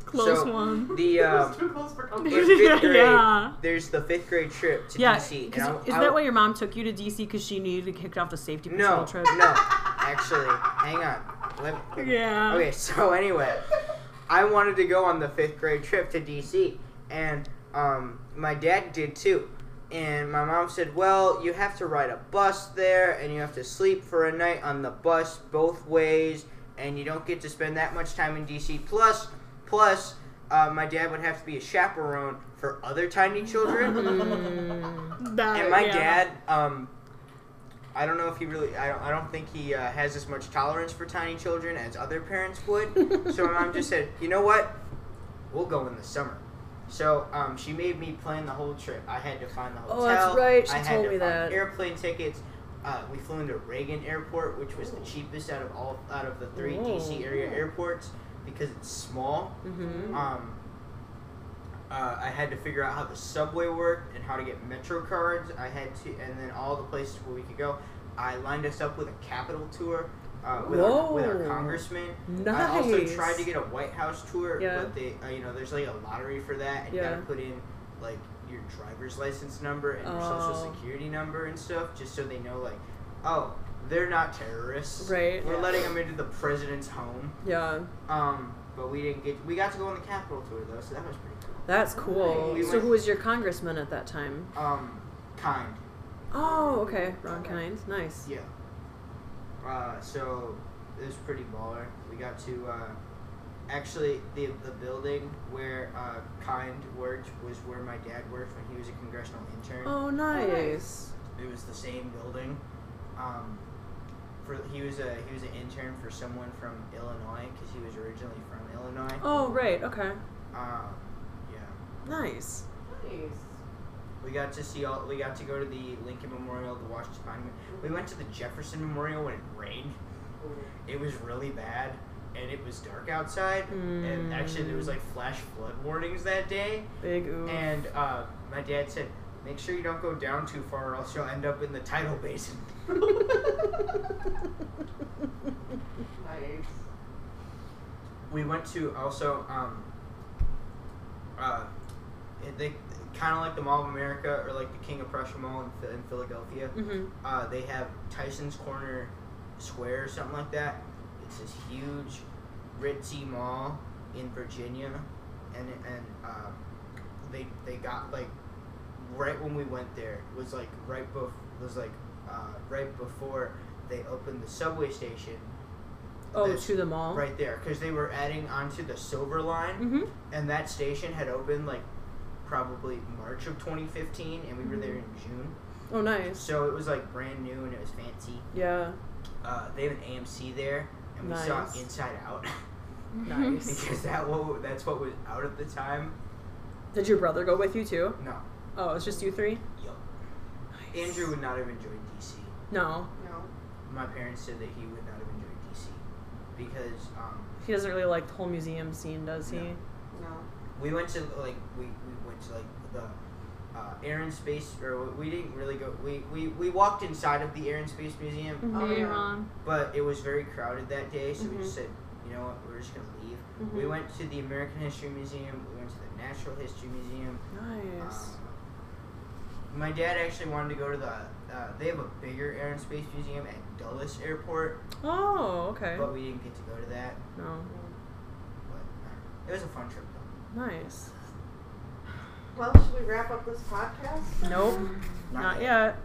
F: Close
C: so
F: one.
C: The um,
B: Too close for comfort.
C: in fifth grade,
F: Yeah.
C: there's the fifth grade trip to
D: Yeah,
C: DC.
D: 'cause
C: I-
D: isn't
C: I-
D: that why your mom took you to DC because she knew you would kicked off the safety patrol
C: No,
D: trip?
C: no. Actually, hang on. Let me-
F: Yeah.
C: Okay, so anyway, I wanted to go on the fifth grade trip to DC, and um, my dad did too. And my mom said, "Well, you have to ride a bus there, and you have to sleep for a night on the bus both ways, and you don't get to spend that much time in DC. Plus, plus, uh, my dad would have to be a chaperone for other tiny children."
F: That,
C: And my
F: yeah.
C: dad, um, I don't know if he really, I don't, I don't think he uh, has as much tolerance for tiny children as other parents would. so my mom just said, you know what? We'll go in the summer. So um, she made me plan the whole trip. I had to find the hotel.
D: Oh, that's right. She
C: I had
D: told
C: to
D: me
C: find
D: that.
C: Airplane tickets. Uh, we flew into Reagan Airport, which was the cheapest out of all out of the three DC area airports because it's small.
D: Mm-hmm.
C: Um, uh, I had to figure out how the subway worked and how to get metro cards. I had to, and then all the places where we could go. I lined us up with a Capitol tour uh, with, our, with our
D: Whoa.
C: congressman.
D: Nice.
C: I also tried to get a White House tour,
D: Yeah.
C: but they, uh, you know, there's like a lottery for that, and you
D: Yeah.
C: gotta put in like your driver's license number and your
D: Oh.
C: social security number and stuff, just so they know like, oh, they're not terrorists.
D: Right.
C: We're letting them into the president's home.
D: Yeah,
C: Um, but we didn't get. We got to go on the Capitol tour though, so that was pretty cool.
D: that's cool.
C: We
D: So
C: went-
D: who was your congressman at that time?
C: Um, kind.
D: Oh, okay, Ron Kind. Nice.
C: Yeah. Uh, so it was pretty baller. We got to uh, actually the the building where uh, kind worked was where my dad worked when he was a congressional intern.
D: Oh, nice.
C: It was the same building. Um, for he was a he was an intern for someone from Illinois because he was originally from Illinois.
D: Oh, right. Okay.
C: Um, yeah.
D: Nice.
C: We got to see all. We got to go to the Lincoln Memorial, the Washington Monument. We went to the Jefferson Memorial when it rained, it was really bad and it was dark outside and actually there was like flash flood warnings that day
D: Big ooh.
C: and uh, my dad said make sure you don't go down too far or else you'll end up in the tidal basin
B: Nice.
C: we went to also um uh it- they kind of like the mall of america or like the king of prussia mall in, Phil- in philadelphia
D: Mhm.
C: uh, they have tyson's corner square or something like that it's this huge ritzy mall in virginia and it- and um, they they got like right when we went there was like right bef- was like uh, right before they opened the subway station
D: Oh,
C: this-
D: to the mall.
C: right there because they were adding onto the silver line
D: Mhm.
C: and that station had opened like probably march of 2015 and we were there in june
D: Oh, nice.
C: so it was like brand new and it was fancy
D: Yeah.
C: uh, they have an amc there and we saw
D: Nice.
C: inside out
D: Nice.
C: because that what, that's what was out at the time
D: Did your brother go with you too?
C: no
D: Oh, it's just you three.
C: yup andrew would not have enjoyed dc
D: No,
G: No.
C: my parents said that he would not have enjoyed dc because um,
D: he doesn't really like the whole museum scene, does he?
C: No.
G: No.
C: we went to like we, we went to like the uh, air and space or we didn't really go we, we, we walked inside of the air and space museum
G: Oh,
F: Hey,
G: yeah.
F: Ron.
C: but it was very crowded that day so we just said you know what we're just gonna leave we went to the american history museum we went to the natural history museum
D: Nice.
C: um, my dad actually wanted to go to the uh, they have a bigger air and space museum at dulles airport
D: Oh, okay.
C: but we didn't get to go to that
D: No.
C: but uh, it was a fun trip though
D: Nice.
B: Well, should we wrap up this podcast?
D: Nope. Not yet.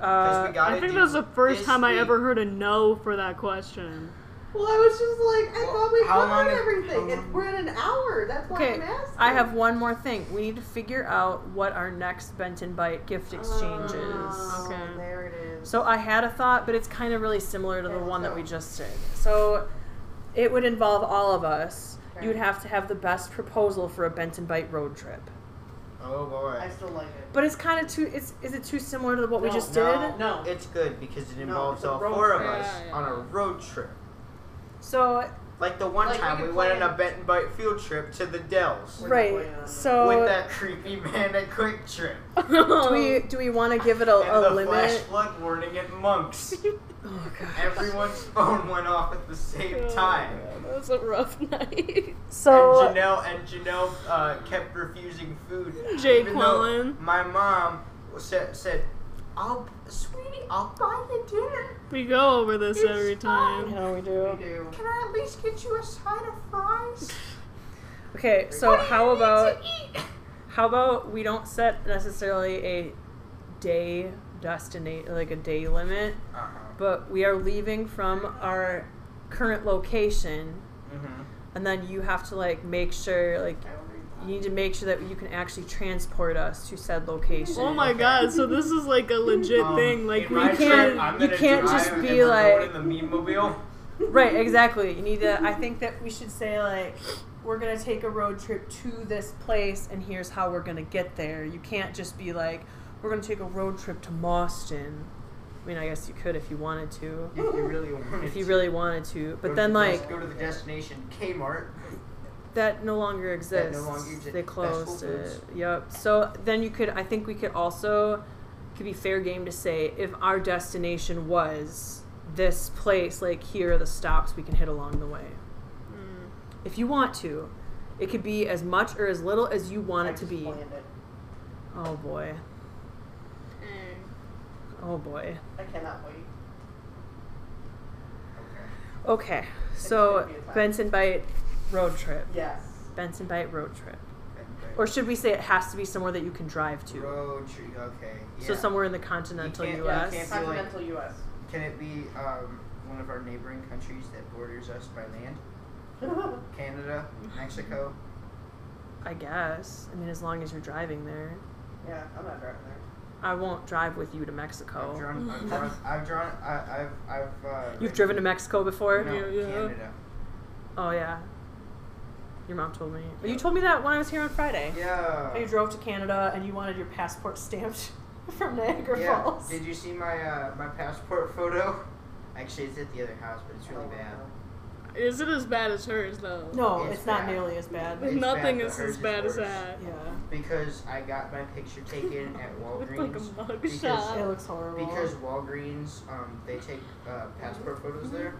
D: Uh,
C: we got
F: I think that was the first time I ever heard a no for that question.
B: Well, I was just like, I
C: Well,
B: thought we
C: how long
B: covered
C: is-
B: everything.
C: how
B: It's
C: long-
B: we're at an hour. That's why
D: Okay,
B: I'm asking. Uh,
D: I have one more thing. We need to figure out what our next Benton Bite gift exchange
B: Oh,
C: Ah.
D: is.
F: Okay.
B: There it is.
D: So I had a thought, but it's kind of really similar to the
B: Okay,
D: one that
B: so-
D: we just did. So it would involve all of us.
B: Okay.
D: You would have to have the best proposal for a Benton Bite road trip.
C: oh boy
B: I still like it.
D: But it's kind of too. It's is it too similar to what we
C: No,
D: just
C: no.
D: did?
B: No.
C: It's good because it involves
B: it's a
C: all
B: road
C: four of
F: trip.
C: us
F: Yeah, yeah.
C: on a road trip.
D: So
C: Like the one
B: Like, we
C: time we
B: could
C: went on
B: plan-
C: a bet and bite field trip to the Dells
B: We're not
D: right.
B: going on.
F: Uh,
C: with
D: So
C: that creepy man at Quick Trip
D: do we do we want to give
F: Oh,
D: it a,
C: and
D: a
C: the flash
D: limit?
C: flood warning at Monks.
D: Oh god.
C: Everyone's phone went off at the same
F: Oh,
C: time.
F: That was a rough night.
D: So
C: and Janelle and Janelle uh, kept refusing food.
F: Jay
C: even though
F: Quellen.
C: My mom said, said, "I'll, sweetie, I'll buy the dinner.
F: We go over this
C: It's
F: every
D: I
F: time.
D: know we do.
B: We do.
C: Can I at least get you a side of fries?"
D: Okay, so how about
C: eat?
D: how about we don't set necessarily a day destinate like a day limit,
C: Uh-huh.
D: but we are leaving from our current location
C: Mm-hmm.
D: and then you have to like make sure like you need to make sure that you can actually transport us to said location.
F: Oh my god, so this is like a legit
C: Um,
F: thing. Like,
C: in
F: we
C: my
D: You
C: trip,
D: can't-
F: can't.
C: I'm
D: you
C: gonna
D: can't
C: drive
D: just
C: and
D: be
C: we're going
D: like-
C: in the mean mobile.
D: Right, exactly. You need to I think that
H: We should say like
D: we're gonna take a road trip to this place and here's how we're gonna get there. You can't just be like, we're gonna take a road trip to Boston. I mean, I guess you could if you wanted to,
C: If you really want,
D: if you really wanted to.
C: Go
D: But
C: to
D: then
C: the des-
D: like
C: go to the destination Kmart.
D: that no longer
C: That
D: exists.
C: no longer exi-
D: They
C: Fast
D: closed
C: food
D: it. Yep. So then you could. I think we could also could be fair game to say if our destination was this place, like here are the stops we can hit along the way.
F: Mm.
D: If you want to, it could be as much or as little as you want
B: I
D: it to
B: just
D: be.
B: planned it.
D: Oh boy. Oh boy.
B: I cannot wait.
D: Okay.
B: gonna
D: So
B: be a time.
D: Benson Bite road trip.
B: Yes.
D: Benson Bite road trip.
C: Okay.
D: Or should we say it has to be somewhere that you can drive to?
C: road trip. Okay. Yeah.
D: So somewhere in the continental
C: You can't-
D: U.S.
C: you can't do, like-
B: Continental U.S.
C: Can it be um, one of our neighboring countries that borders us by land? Canada,
D: Mm-hmm.
C: Mexico.
D: I guess. I mean, as long as you're driving there.
B: yeah, I'm not driving there.
D: I won't drive with you to
C: I've
D: Mexico.
C: drawn. I've drawn. I've drawn. I, I've. I've. Uh,
D: You've driven to Mexico before?
C: No,
F: Yeah, yeah.
C: Canada.
D: Oh, yeah. Your mom told me. Well, You
C: Yeah.
D: told me that when I was here on Friday.
C: Yeah.
H: how you drove to Canada and you wanted your passport stamped from Niagara
C: yeah.
H: Falls.
C: Did you see my uh, my passport photo? Actually, it's at the other house, but it's
B: Oh,
C: really bad.
F: Is it as bad as hers though?
H: No,
C: It's
H: it's, not
C: bad.
H: nearly as bad.
C: It's
F: Nothing
C: bad,
F: is
C: but hers
F: as
C: is
F: bad as
C: worse.
F: that.
H: Yeah,
C: Because I got my picture taken at
F: It's like a
C: Walgreens.
F: mug
C: because-
F: shot.
H: it looks horrible.
C: Because Walgreens, um, they take uh, passport photos there.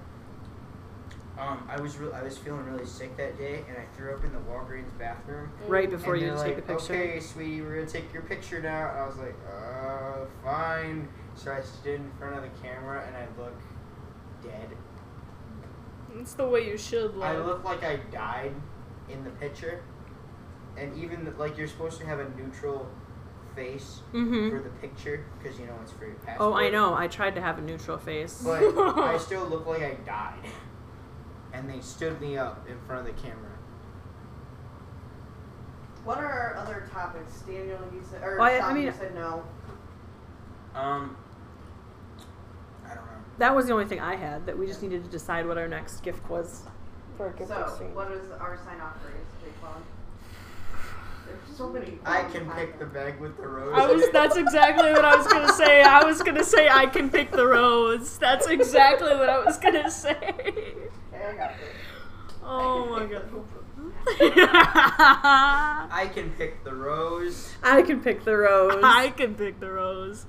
C: Um, I was real I was feeling really sick that day, and I threw up in the Walgreens bathroom.
D: Right before
C: and
D: you
C: they're
D: take the
C: like,
D: picture.
C: Okay, sweetie, we're gonna take your picture now. And I was like, uh, fine. So I stood in front of the camera and I look dead.
F: It's the way you should
C: I look
F: look.
C: like I died in the picture, and even like you're supposed to have a neutral face
D: Mm-hmm.
C: for the picture because you know it's for your passport.
D: Oh, I know. I tried to have a neutral face.
C: But I still look like I died. And they stood me up in front of the camera.
B: What are our other topics? Daniel, you said, or
D: Oh, I- I
B: Tom, you
D: mean-
B: said no.
C: Um, I don't know.
D: That was the only thing I had. That we just needed to decide what our next gift was for a gift
B: So,
D: exchange.
B: what is our sign off phrase, Big Fun? There's so many.
C: I can pick the bag with the rose.
F: I was. That's exactly what I was gonna say. I was gonna say I can pick the rose. That's exactly what I was gonna say.
B: Okay, I got it.
F: Oh my god.
C: I can pick the rose.
D: I can pick the rose.
F: I can pick the rose.